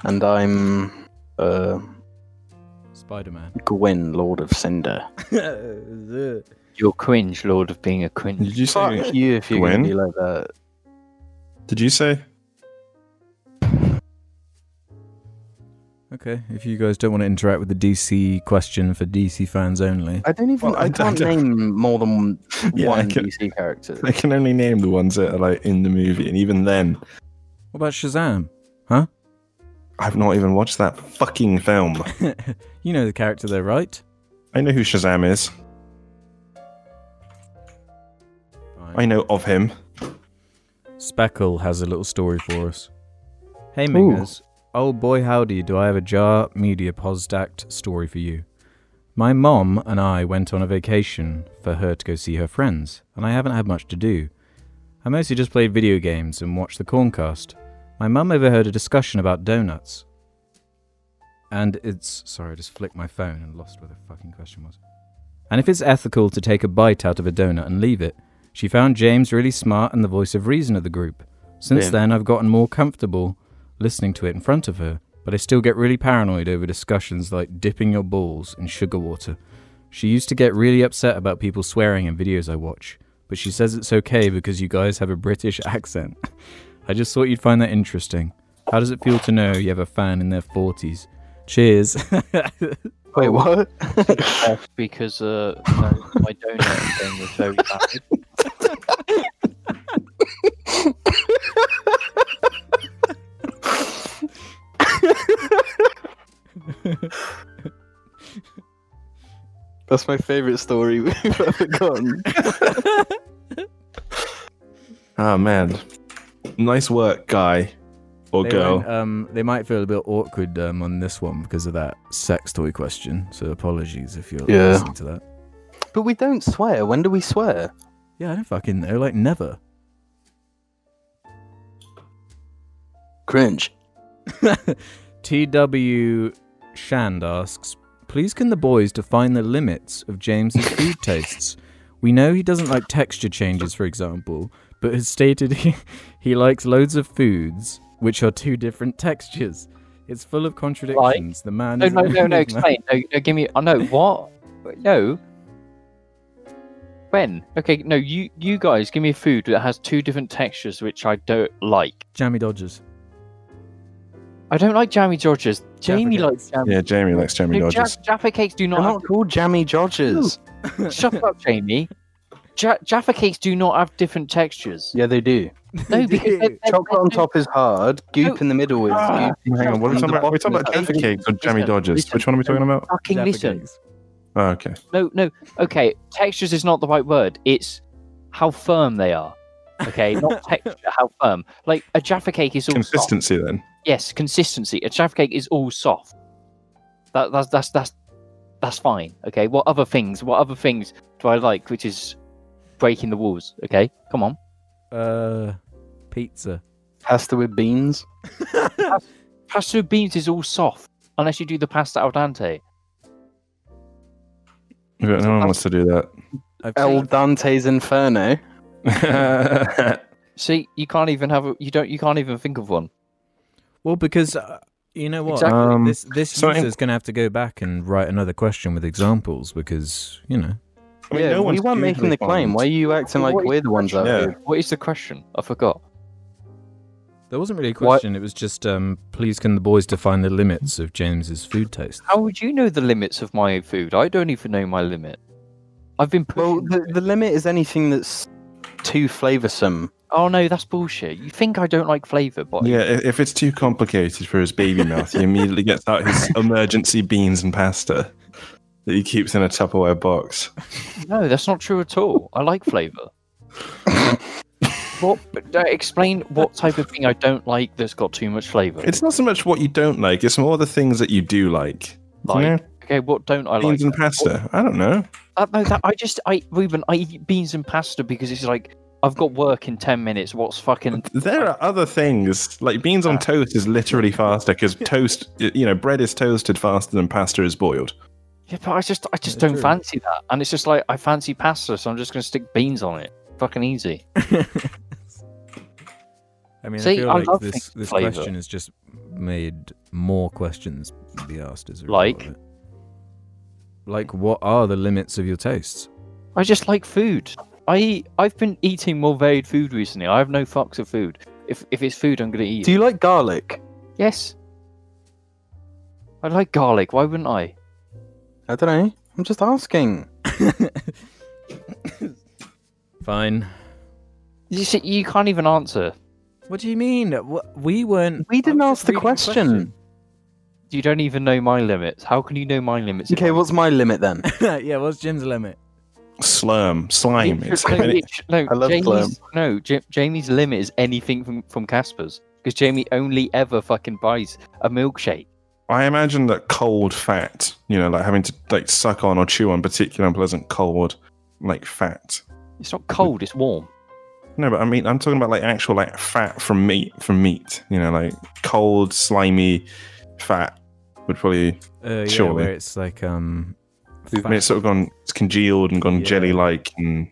C: and I'm uh,
A: Spider Man.
C: Gwyn, Lord of Cinder.
D: You're cringe, Lord of being a cringe.
B: Did you say?
C: Fuck you if you're
B: Gwyn?
C: going to be like that.
B: Did you say?
A: okay, if you guys don't want to interact with the DC question for DC fans only,
C: I don't even.
B: Well, I-
C: I,
B: I
C: can't
B: don't-
C: name more than
B: Yeah, I
C: one
B: can-
C: DC character.
B: I can only name the ones that are like in the movie, and even then,
A: what about Shazam?
B: I've not even watched that fucking film.
A: you know the character there, right?
B: I know who Shazam is. I know of him.
A: Speckle has a little story for us. Hey, Mingers. Oh boy, howdy, do I have a jar media posdact story for you. My mom and I went on a vacation for her to go see her friends, and I haven't had much to do. I mostly just played video games and watched the Corncast. My mum overheard a discussion about donuts. And it's. Sorry, I just flicked my phone and lost where the fucking question was. And if it's ethical to take a bite out of a donut and leave it. She found James really smart and the voice of reason of the group. Since
D: Brilliant.
A: then, I've gotten more comfortable listening to it in front of her, but I still get really paranoid over discussions like dipping your balls in sugar water. She used to get really upset about people swearing in videos I watch, but she says it's okay because you guys have a British accent. I just thought you'd find that interesting. How does it feel to know you have a fan in their 40s? Cheers.
C: Wait,
B: Oh.
C: what?
D: Off because uh, no, my donut thing was very bad.
C: That's my favorite story we've ever gotten.
B: Ah man, nice work, guy or
A: They
B: girl.
A: won't, um, they might feel a bit awkward um, on this one because of that sex toy question. So apologies if you're
C: Yeah.
A: listening to that.
C: But we don't swear. When do we swear?
A: Yeah, I don't fucking know. Like never.
C: Cringe.
A: T.W. Shand asks, please can the boys define the limits of James's food tastes? We know he doesn't like texture changes, for example, but has stated he, he likes loads of foods which are two different textures. It's full of contradictions. The man
D: No,
A: is
D: no,
A: an
D: no, no.
A: enigma.
D: Explain. No, no give me. I know what. No. When? Okay, no. You, you guys, give me food that has two different textures, which I don't like.
A: Jammy Dodgers.
D: I don't like jammy Dodgers. Jamie likes
C: um,
D: jammy.
B: Yeah, Jamie likes Jamie
D: no, ja-
B: Dodgers.
D: Jaffa cakes do
C: They're
D: not.
C: not called Jammy Dodgers.
D: Have, shut up, Jamie. Ja- Jaffa cakes do not have different textures.
C: Yeah, they do.
D: No, because they're- they're-
C: Chocolate on
D: they're-
C: top is hard. Goop in the middle is.
D: Ah,
C: goop.
B: Hang on, what are we
C: And
B: talking
C: the
B: about? Are we talking
C: bottom
B: about
C: is
B: Jaffa
C: cake.
B: Cakes or Jammy
D: Listen,
B: Dodgers?
D: listen.
B: Which one are we talking about?
D: Fucking
A: Jaffa
D: listen.
A: Cakes.
B: Oh, okay.
D: No, no. Okay, textures is not the right word. It's how firm they are. Okay, not texture, how firm. Like a Jaffa cake is all soft.
B: Consistency then.
D: Yes, consistency. A Jaffa cake is all soft. That, that's that's that's that's fine. Okay, what other things? What other things do I like? Which is breaking the walls. Okay, come on.
A: Uh, pizza.
C: Pasta with beans.
D: Pasta with beans is all soft unless you do the pasta al dente.
B: If No one wants to do
A: I've
C: El
A: seen-
C: Dante's Inferno.
B: that.
D: See, you can't even have a, you don't you can't even think of one.
A: Well, because uh, you know what,
D: Exactly.
B: Um,
A: this this
B: so I-
A: user's going to have to go back and write another question with examples because you know.
B: I mean,
C: yeah,
B: no
C: we
B: one's
C: weren't making
B: usually
C: the claim.
B: fond.
C: Why are you acting like
D: What is
C: we're the ones out
B: Yeah.
C: here?
D: What is the question? I forgot.
A: There wasn't really a
D: What-
A: question. It was just, um, please can the boys define the limits of James's food taste?
D: How would you know the limits of my food? I don't even know my limit. I've been pushing.
C: Well, the, the limit is anything that's too flavoursome.
D: oh no, that's bullshit. You think I don't like flavour, but
B: Yeah, i- if it's too complicated for his baby mouth, he immediately gets out his emergency beans and pasta that he keeps in a Tupperware box.
D: no, that's not true at all. I like flavour. what? but, uh, Explain what type of thing I don't like that's got too much flavour.
B: It's not so much what you don't like; it's more the things that you do like. You
D: Like,
B: know,
D: okay, what don't I like?
B: beans and pasta. I don't know.
D: Uh, no, that I just I Ruben, I eat beans and pasta because it's like I've got work in ten minutes. What's fucking?
B: There are other things like beans on toast is literally faster because toast, y- you know, bread is toasted faster than pasta is boiled.
D: Yeah, but I just I just
A: Yeah,
D: don't
A: true.
D: fancy that, and it's just like I fancy pasta, so I'm just gonna stick beans on it. Fucking easy.
A: I mean, I
D: See,
A: feel
D: I
A: like
D: love
A: this
D: things with
A: this
D: flavour.
A: question is just made more questions be asked as a result
D: Like?
A: of it. Like, what are the limits of your tastes?
D: I just like food. I eat, I've been eating more varied food recently. I have no fucks of food. If if it's food, I'm gonna eat.
C: Do
D: it.
C: you like garlic?
D: Yes. I like garlic. Why wouldn't I?
C: I don't know. I'm just asking.
A: Fine.
D: You see, you can't even answer.
A: What do you mean? We weren't.
C: We didn't
A: I'm just
C: ask the
A: reading
C: question.
D: You don't even know my limits. How can you know my limits? if
C: Okay,
D: I-
C: what's my limit then?
A: yeah, what's Jim's limit?
B: Slurm, slime.
D: It
B: It's
D: should- no, it should- no,
C: I love
D: Jamie's, no, Ja- Jamie's limit is anything from from Casper's because Jamie only ever fucking buys a milkshake.
B: I imagine that cold fat, you know, like having to like suck on or chew on particular unpleasant cold, like fat.
D: It's not cold. It's warm.
B: No, but I mean, I'm talking about like actual like fat from meat, from meat. You know, like cold, slimy fat would probably.
A: Uh, yeah,
B: Surely.
A: where it's like um,
B: I mean, it's sort of gone, it's congealed and gone
A: Yeah.
B: jelly like. and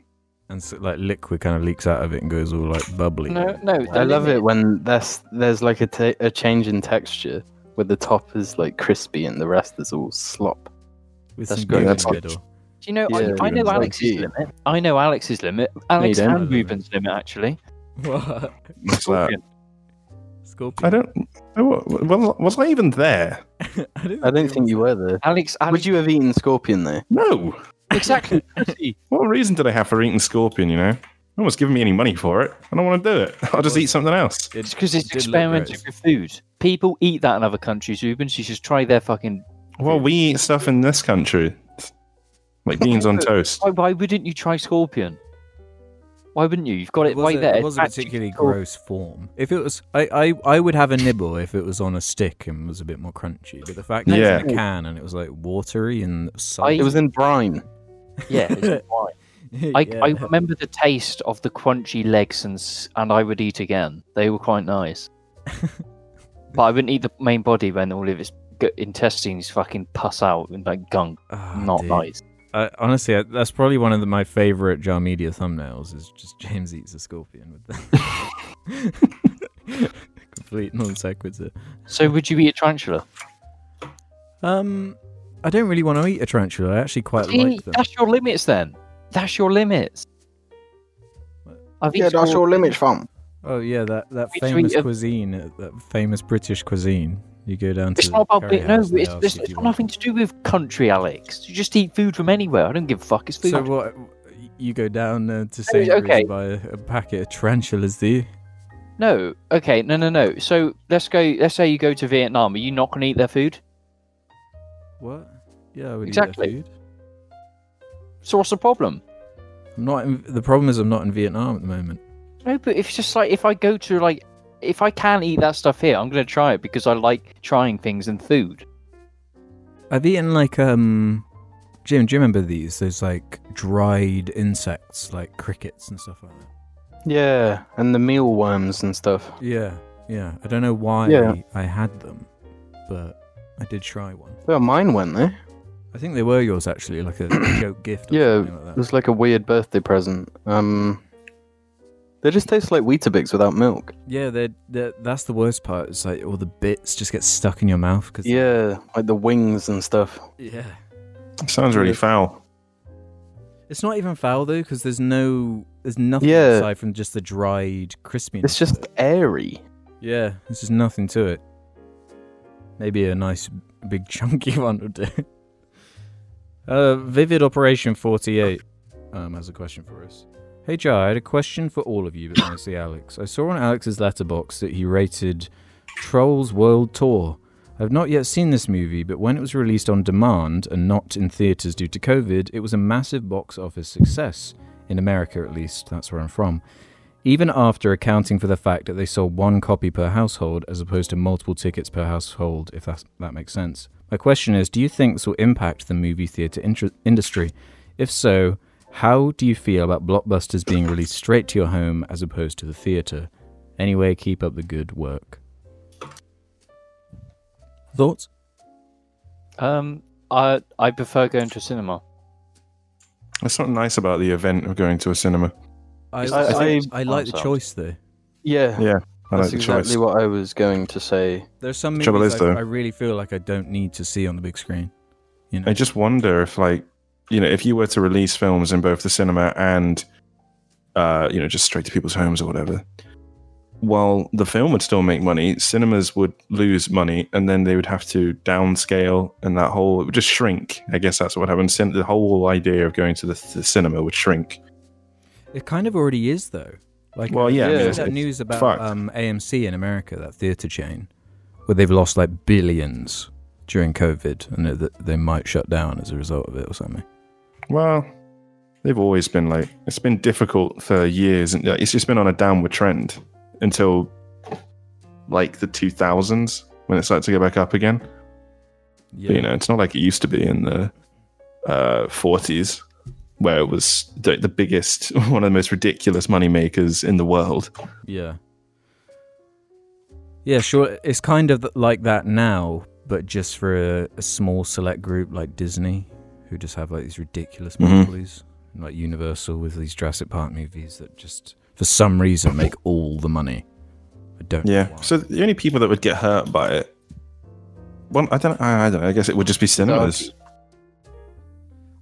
A: and so, like liquid kind of leaks out of it and goes all like bubbly.
D: No, no.
C: I love it when there's there's like a, t- a change in texture where the top is like crispy and the rest is all slop.
A: With
D: That's
A: some
D: great.
A: goo in
B: That's
A: the
B: good.
A: middle.
D: Do you know?
C: Yeah,
D: I, I know
B: Ruben's
D: Alex's
C: like you.
D: limit. I know Alex's limit. Alex
C: don't.
D: and Ruben's limit actually.
A: What?
B: it's that.
A: Scorpion.
B: I don't. I wa- was, was I even there?
A: I don't,
C: I don't think you were there.
D: Alex, Alex
C: Would you have eaten scorpion though?
B: No.
D: exactly?
B: What reason did I have for eating scorpion? You know, no one's giving me any money for it. I don't want to do it. I'll just eat something else.
A: It
D: It's because it's
A: did look
D: experimenting
A: gross.
D: with food. People eat that in other countries, Ruben. So you should try their fucking.
B: Well, we eat stuff in this country, like beans on toast.
D: Why, why wouldn't you try scorpion? Why wouldn't you? You've got it,
A: was
D: right
A: a,
D: there.
A: It
D: It's
A: was a
D: actually
A: particularly
D: scorpion.
A: gross form. If it was, I, I, I would have a nibble if it was on a stick and was a bit more crunchy. But the fact that it was in a
B: Yeah.
A: can and it was like watery and salt.
C: It was in brine.
D: Yeah, it's fine. I,
A: yeah.
D: I remember the taste of the crunchy legs and s- and I would eat again. They were quite nice, but I wouldn't eat the main body when all of its g- intestines fucking puss out and like gunk.
A: Ah,
D: Not
A: dude.
D: nice.
A: I, honestly, I, that's probably one of the, my favorite Jar Media thumbnails. Is just James eats a scorpion with the complete non sequitur.
D: So would you eat a tarantula?
A: Um, I don't really want to eat a tarantula. I actually quite
D: See,
A: like them.
D: that's your limits then. That's your limits. I've eaten all-
C: limit, fam.
A: Oh yeah, that that
D: Which we-
A: famous
D: uh,
A: cuisine, uh, that famous British cuisine. You go down to.
D: It's not about
A: curry
D: big. No,
A: house,
D: it's,
A: they
D: it's,
A: ask
D: it's,
A: if you want-
D: got nothing to do with country, Alex. You just eat food from anywhere. I don't give a fuck. It's food.
A: So what? You go down uh, to Sainsbury's
D: okay.
A: and buy a, a packet of tarantulas, do you?
D: No. Okay. No. No. No. So let's go. Let's say you go to Vietnam. Are you not going to eat their food?
A: What? Yeah, I would
D: Exactly.
A: eat their food.
D: So what's the problem?
A: I'm not. In, the problem is I'm not in Vietnam at the moment.
D: No, but if it's just like if I go to like if I can eat that stuff here, I'm going to try it because I like trying things and food.
A: I've eaten like um, Jim. Do you remember these? Those like dried insects, like crickets and stuff like that.
C: Yeah, and the mealworms and stuff.
A: Yeah, yeah. I don't know why
C: Yeah.
A: I had them, but I did try one.
C: Well, mine went there.
A: I think they were yours actually, like a joke gift. Or
C: Yeah,
A: something like
C: It
A: that.
C: was like a weird birthday present. Um, they just taste like Weetabix without milk.
A: Yeah, they're, they're, that's the worst part. It's like all the bits just get stuck in your mouth. Cause,
C: Yeah, like the wings and stuff.
A: yeah.
B: Sounds really foul.
A: It's not even foul though, because there's no, there's nothing
C: Yeah.
A: aside from just the dried crispiness.
C: It's
A: of
C: just
A: it.
C: airy.
A: yeah, there's just nothing to it. Maybe a nice big chunky one would do. Uh, Vivid Operation 48 um, has a question for us. Hey, Jar, I had a question for all of you, but mostly Alex. I saw on Alex's letterbox that he rated Trolls World Tour. I've not yet seen this movie, but when it was released on demand and not in theaters due to COVID, it was a massive box office success. In America, at least, that's where I'm from. Even after accounting for the fact that they sold one copy per household as opposed to multiple tickets per household, if that's, that makes sense. My question is do you think this will impact the movie theater intre- industry? If so, how do you feel about blockbusters being released straight to your home as opposed to the theater? Anyway, keep up the good work. Thoughts?
D: Um, I I prefer going to a cinema.
B: That's not nice about the event of going to a cinema.
A: I,
D: I-
A: I,
C: I-
A: I like the
D: Awesome.
A: choice though.
C: Yeah.
B: Yeah. I like
C: That's
B: the
C: exactly
B: choice.
C: what I was going to say.
A: There's some
B: The
A: movies
B: trouble is,
A: I,
B: though-
A: I really feel like I don't need to see on the big screen. You know,
B: I just wonder if, like, you know, if you were to release films in both the cinema and, uh, you know, just straight to people's homes or whatever, while the film would still make money, cinemas would lose money, and then they would have to downscale, and that whole it would just shrink. I guess that's what happened. Cin- the whole idea of going to the, the cinema would shrink.
A: it kind of already is though. Like,
B: Well, yeah, I
C: mean,
A: there's
C: it's-
A: that
B: it's
A: news about
B: fucked.
A: um, AMC in America, that theater chain, where they've lost like billions during COVID, and that they might shut down as a result of it or something.
B: Well, they've always been like it's been difficult for years, and like, it's just been on a downward trend until like the two thousands when it started to go back up again.
A: Yeah,
B: But, you know, it's not like it used to be in the uh, 40s, where it was the, the biggest, one of the most ridiculous money makers in the world.
A: yeah, yeah. Sure, it's kind of like that now, but just for a, a small select group like Disney, who just have like these ridiculous
B: Mhm.
A: monopolies, and, like Universal with these Jurassic Park movies that just for some reason make all the money. I don't. know
B: Yeah.
A: why.
B: So the only people that would get hurt by it, well, I don't, I, I don't know. I guess it would just be cinemas.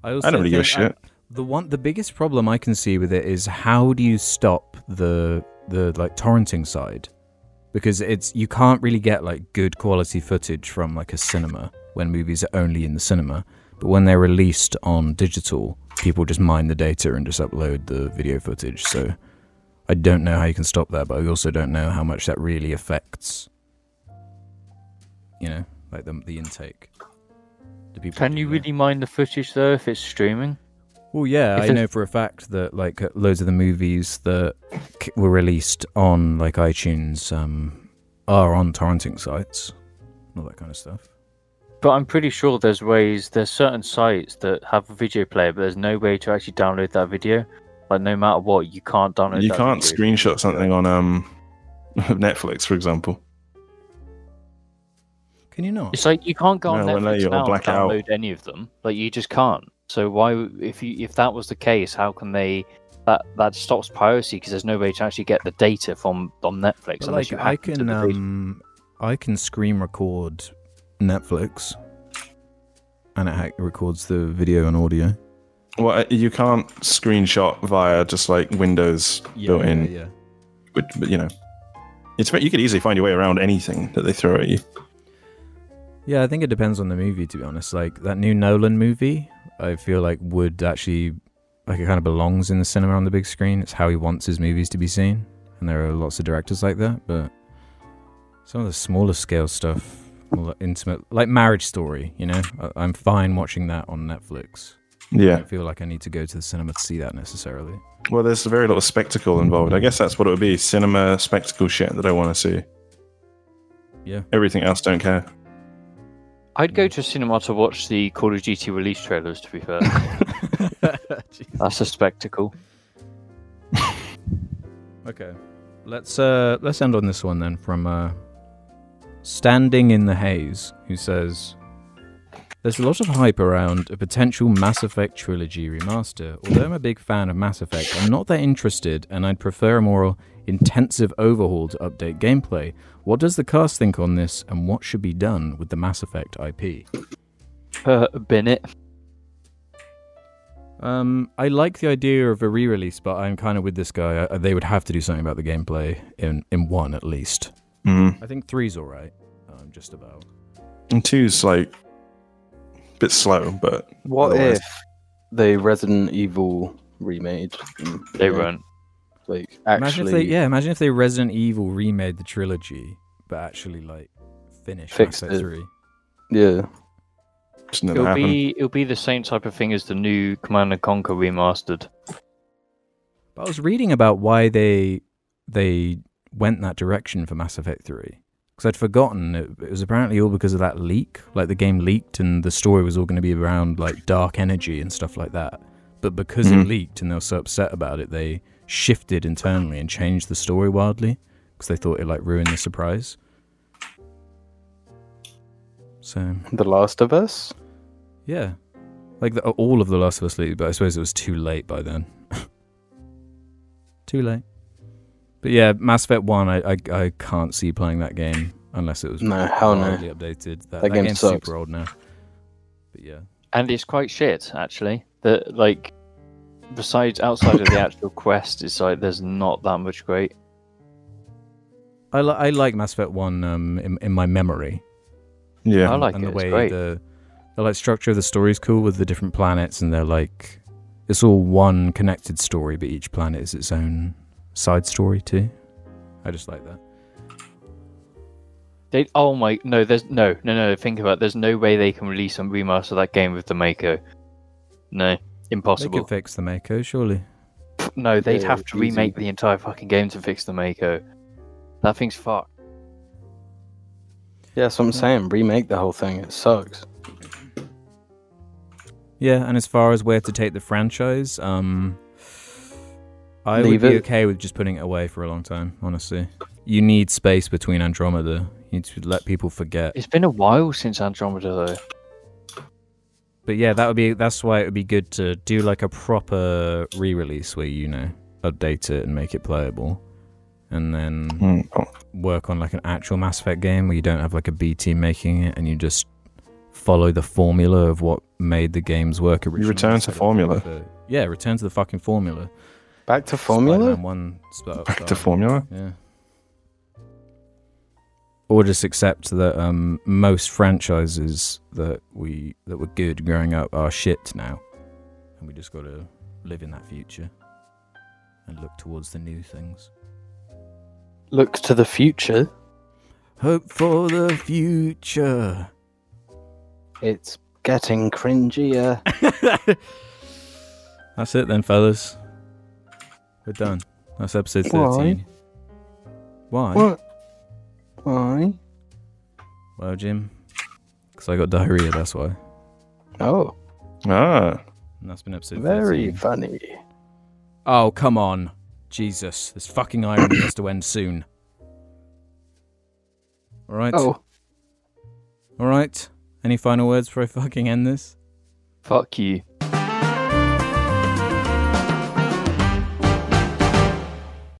A: also
B: I don't really give a
A: think, uh,
B: shit.
A: the one, the biggest problem I can see with it is how do you stop the the like torrenting side, because it's you can't really get like good quality footage from like a cinema when movies are only in the cinema, but when they're released on digital, people just mine the data and just upload the video footage. So I don't know how you can stop that, but I also don't know how much that really affects, you know, like the the intake. Do people
D: Can
A: do
D: you
A: that?
D: really mind the footage though if it's streaming?
A: Well, yeah,
D: If
A: I
D: it's-
A: know for a fact that like loads of the movies that k- were released on like iTunes um, are on torrenting sites, all that kind of stuff.
D: But I'm pretty sure there's ways. There's certain sites that have a video player, but there's no way to actually download that video. Like no matter what, you can't download.
B: You
D: that
B: can't
D: video.
B: screenshot something on um, Netflix, for example.
A: Can you not?
D: It's like you can't go on
B: No, well, no,
D: Netflix
B: you'll
D: now and
B: black out.
D: download any of them. Like you just can't. So why, w- if you if that was the case, how can they? That that stops piracy because there's no way to actually get the data from on Netflix
A: But,
D: unless
A: like
D: you
A: I
D: hack into
A: can,
D: the data.
A: um, I can screen record Netflix, and it hack- records the video and audio.
B: Well, uh, you can't screenshot via just like Windows built in.
A: yeah.
B: Which, but, you know, it's you could easily find your way around anything that they throw at you.
A: Yeah, I think it depends on the movie, to be honest. Like that new Nolan movie, I feel like would actually, like, it kind of belongs in the cinema on the big screen. It's how he wants his movies to be seen, and there are lots of directors like that. But some of the smaller scale stuff, more like intimate, like Marriage Story, you know, I- I'm fine watching that on Netflix. I
B: Yeah.
A: don't feel like I need to go to the cinema to see that necessarily.
B: Well, there's very little spectacle involved. I guess that's what it would be: cinema spectacle shit that I want to see.
A: Yeah.
B: Everything else, don't care.
D: I'd go to a cinema to watch the Call of Duty release trailers. To be fair, that's a spectacle.
A: Okay. Let's uh let's end on this one then from uh Standing in the Haze, who says There's a lot of hype around a potential Mass Effect trilogy remaster. Although I'm a big fan of Mass Effect, I'm not that interested and I'd prefer a more intensive overhaul to update gameplay. What does the cast think on this and what should be done with the Mass Effect IP?
D: Uh, Bennett.
A: Um, I like the idea of a re-release, but I'm kind of with this guy. I, they would have to do something about the gameplay in in one at least.
B: Mm.
A: I think three's all right. Um, just about.
B: And two's like a bit slow, but
C: What
B: Otherwise-
C: if they Resident Evil remade? them?
D: They
C: Yeah,
D: weren't.
C: Like
A: imagine
C: actually,
A: if they, yeah, imagine if they Resident Evil remade the trilogy, but actually like finished
C: Fixed
A: Mass Effect
C: it.
A: three.
C: yeah.
B: it's never
D: It'll
B: happened.
D: be it'll be the same type of thing as the new Command and Conquer remastered.
A: But I was reading about why they they went that direction for Mass Effect three because I'd forgotten it, it was apparently all because of that leak. Like the game leaked, and the story was all going to be around like dark energy and stuff like that. But because it
B: Mhm.
A: leaked, and they were so upset about it, they shifted internally and changed the story wildly because they thought it like ruined the surprise. So
C: The Last of Us.
A: yeah, like the, all of the Last of Us leaked, but I suppose it was too late by then. too late. But yeah, Mass Effect One, I, I I can't see playing that game unless it was
C: No,
D: Oh,
C: hell no.
A: wildly updated. That,
C: That game
A: game's
C: sucks.
A: super old now. But yeah,
D: and it's quite shit actually. That like, besides outside of the actual quest, it's like there's not that much great.
A: I li- I like Mass Effect One um in, in my memory.
B: Yeah.
D: I like
A: and the
D: it. It's
A: way
D: great.
A: the the like structure of the story is cool with the different planets and they're like it's all one connected story, but each planet is its own side story too. I just like that.
D: They, oh my no, there's no no no. Think about it. there's no way they can release and remaster that game with the Mako. No,
A: They
D: impossible.
A: could fix the Mako, surely.
D: Pff, no, they'd
C: Yeah,
D: have to
C: easy.
D: remake the entire fucking game to fix the Mako. That thing's fucked.
C: Yeah, that's what I'm saying. Remake the whole thing. It sucks.
A: Yeah, and as far as where to take the franchise, um, I
C: Leave
A: would be
C: it.
A: okay with just putting it away for a long time. Honestly, you need space between Andromeda. You need to let people forget.
D: It's been a while since Andromeda though.
A: But yeah, that would be that's why it would be good to do like a proper re-release where you know update it and make it playable, and then
B: Mm, oh,
A: work on like an actual Mass Effect game where you don't have like a B team making it and you just follow the formula of what made the games work originally.
B: return to
A: instead of
B: formula.
A: the- yeah, return to the fucking formula.
C: Back to formula?
A: Spider-Man one split up
B: back to
A: style.
B: formula.
A: Yeah. Or just accept that um, most franchises that we that were good growing up are shit now, and we just got to live in that future and look towards the new things.
C: Look to the future.
A: Hope for the future.
C: It's getting cringier.
A: That's it then, fellas. We're done. That's episode thirteen. Why?
C: What? Why?
A: Well, Jim, because I got diarrhea. That's why.
C: Oh,
B: Ah.
A: And that's been episode
C: very
A: 13.
C: funny.
A: Oh, come on. Jesus. This fucking irony has to end soon. All right.
C: Oh,
A: All right. Any final words before I fucking end this?
D: Fuck you.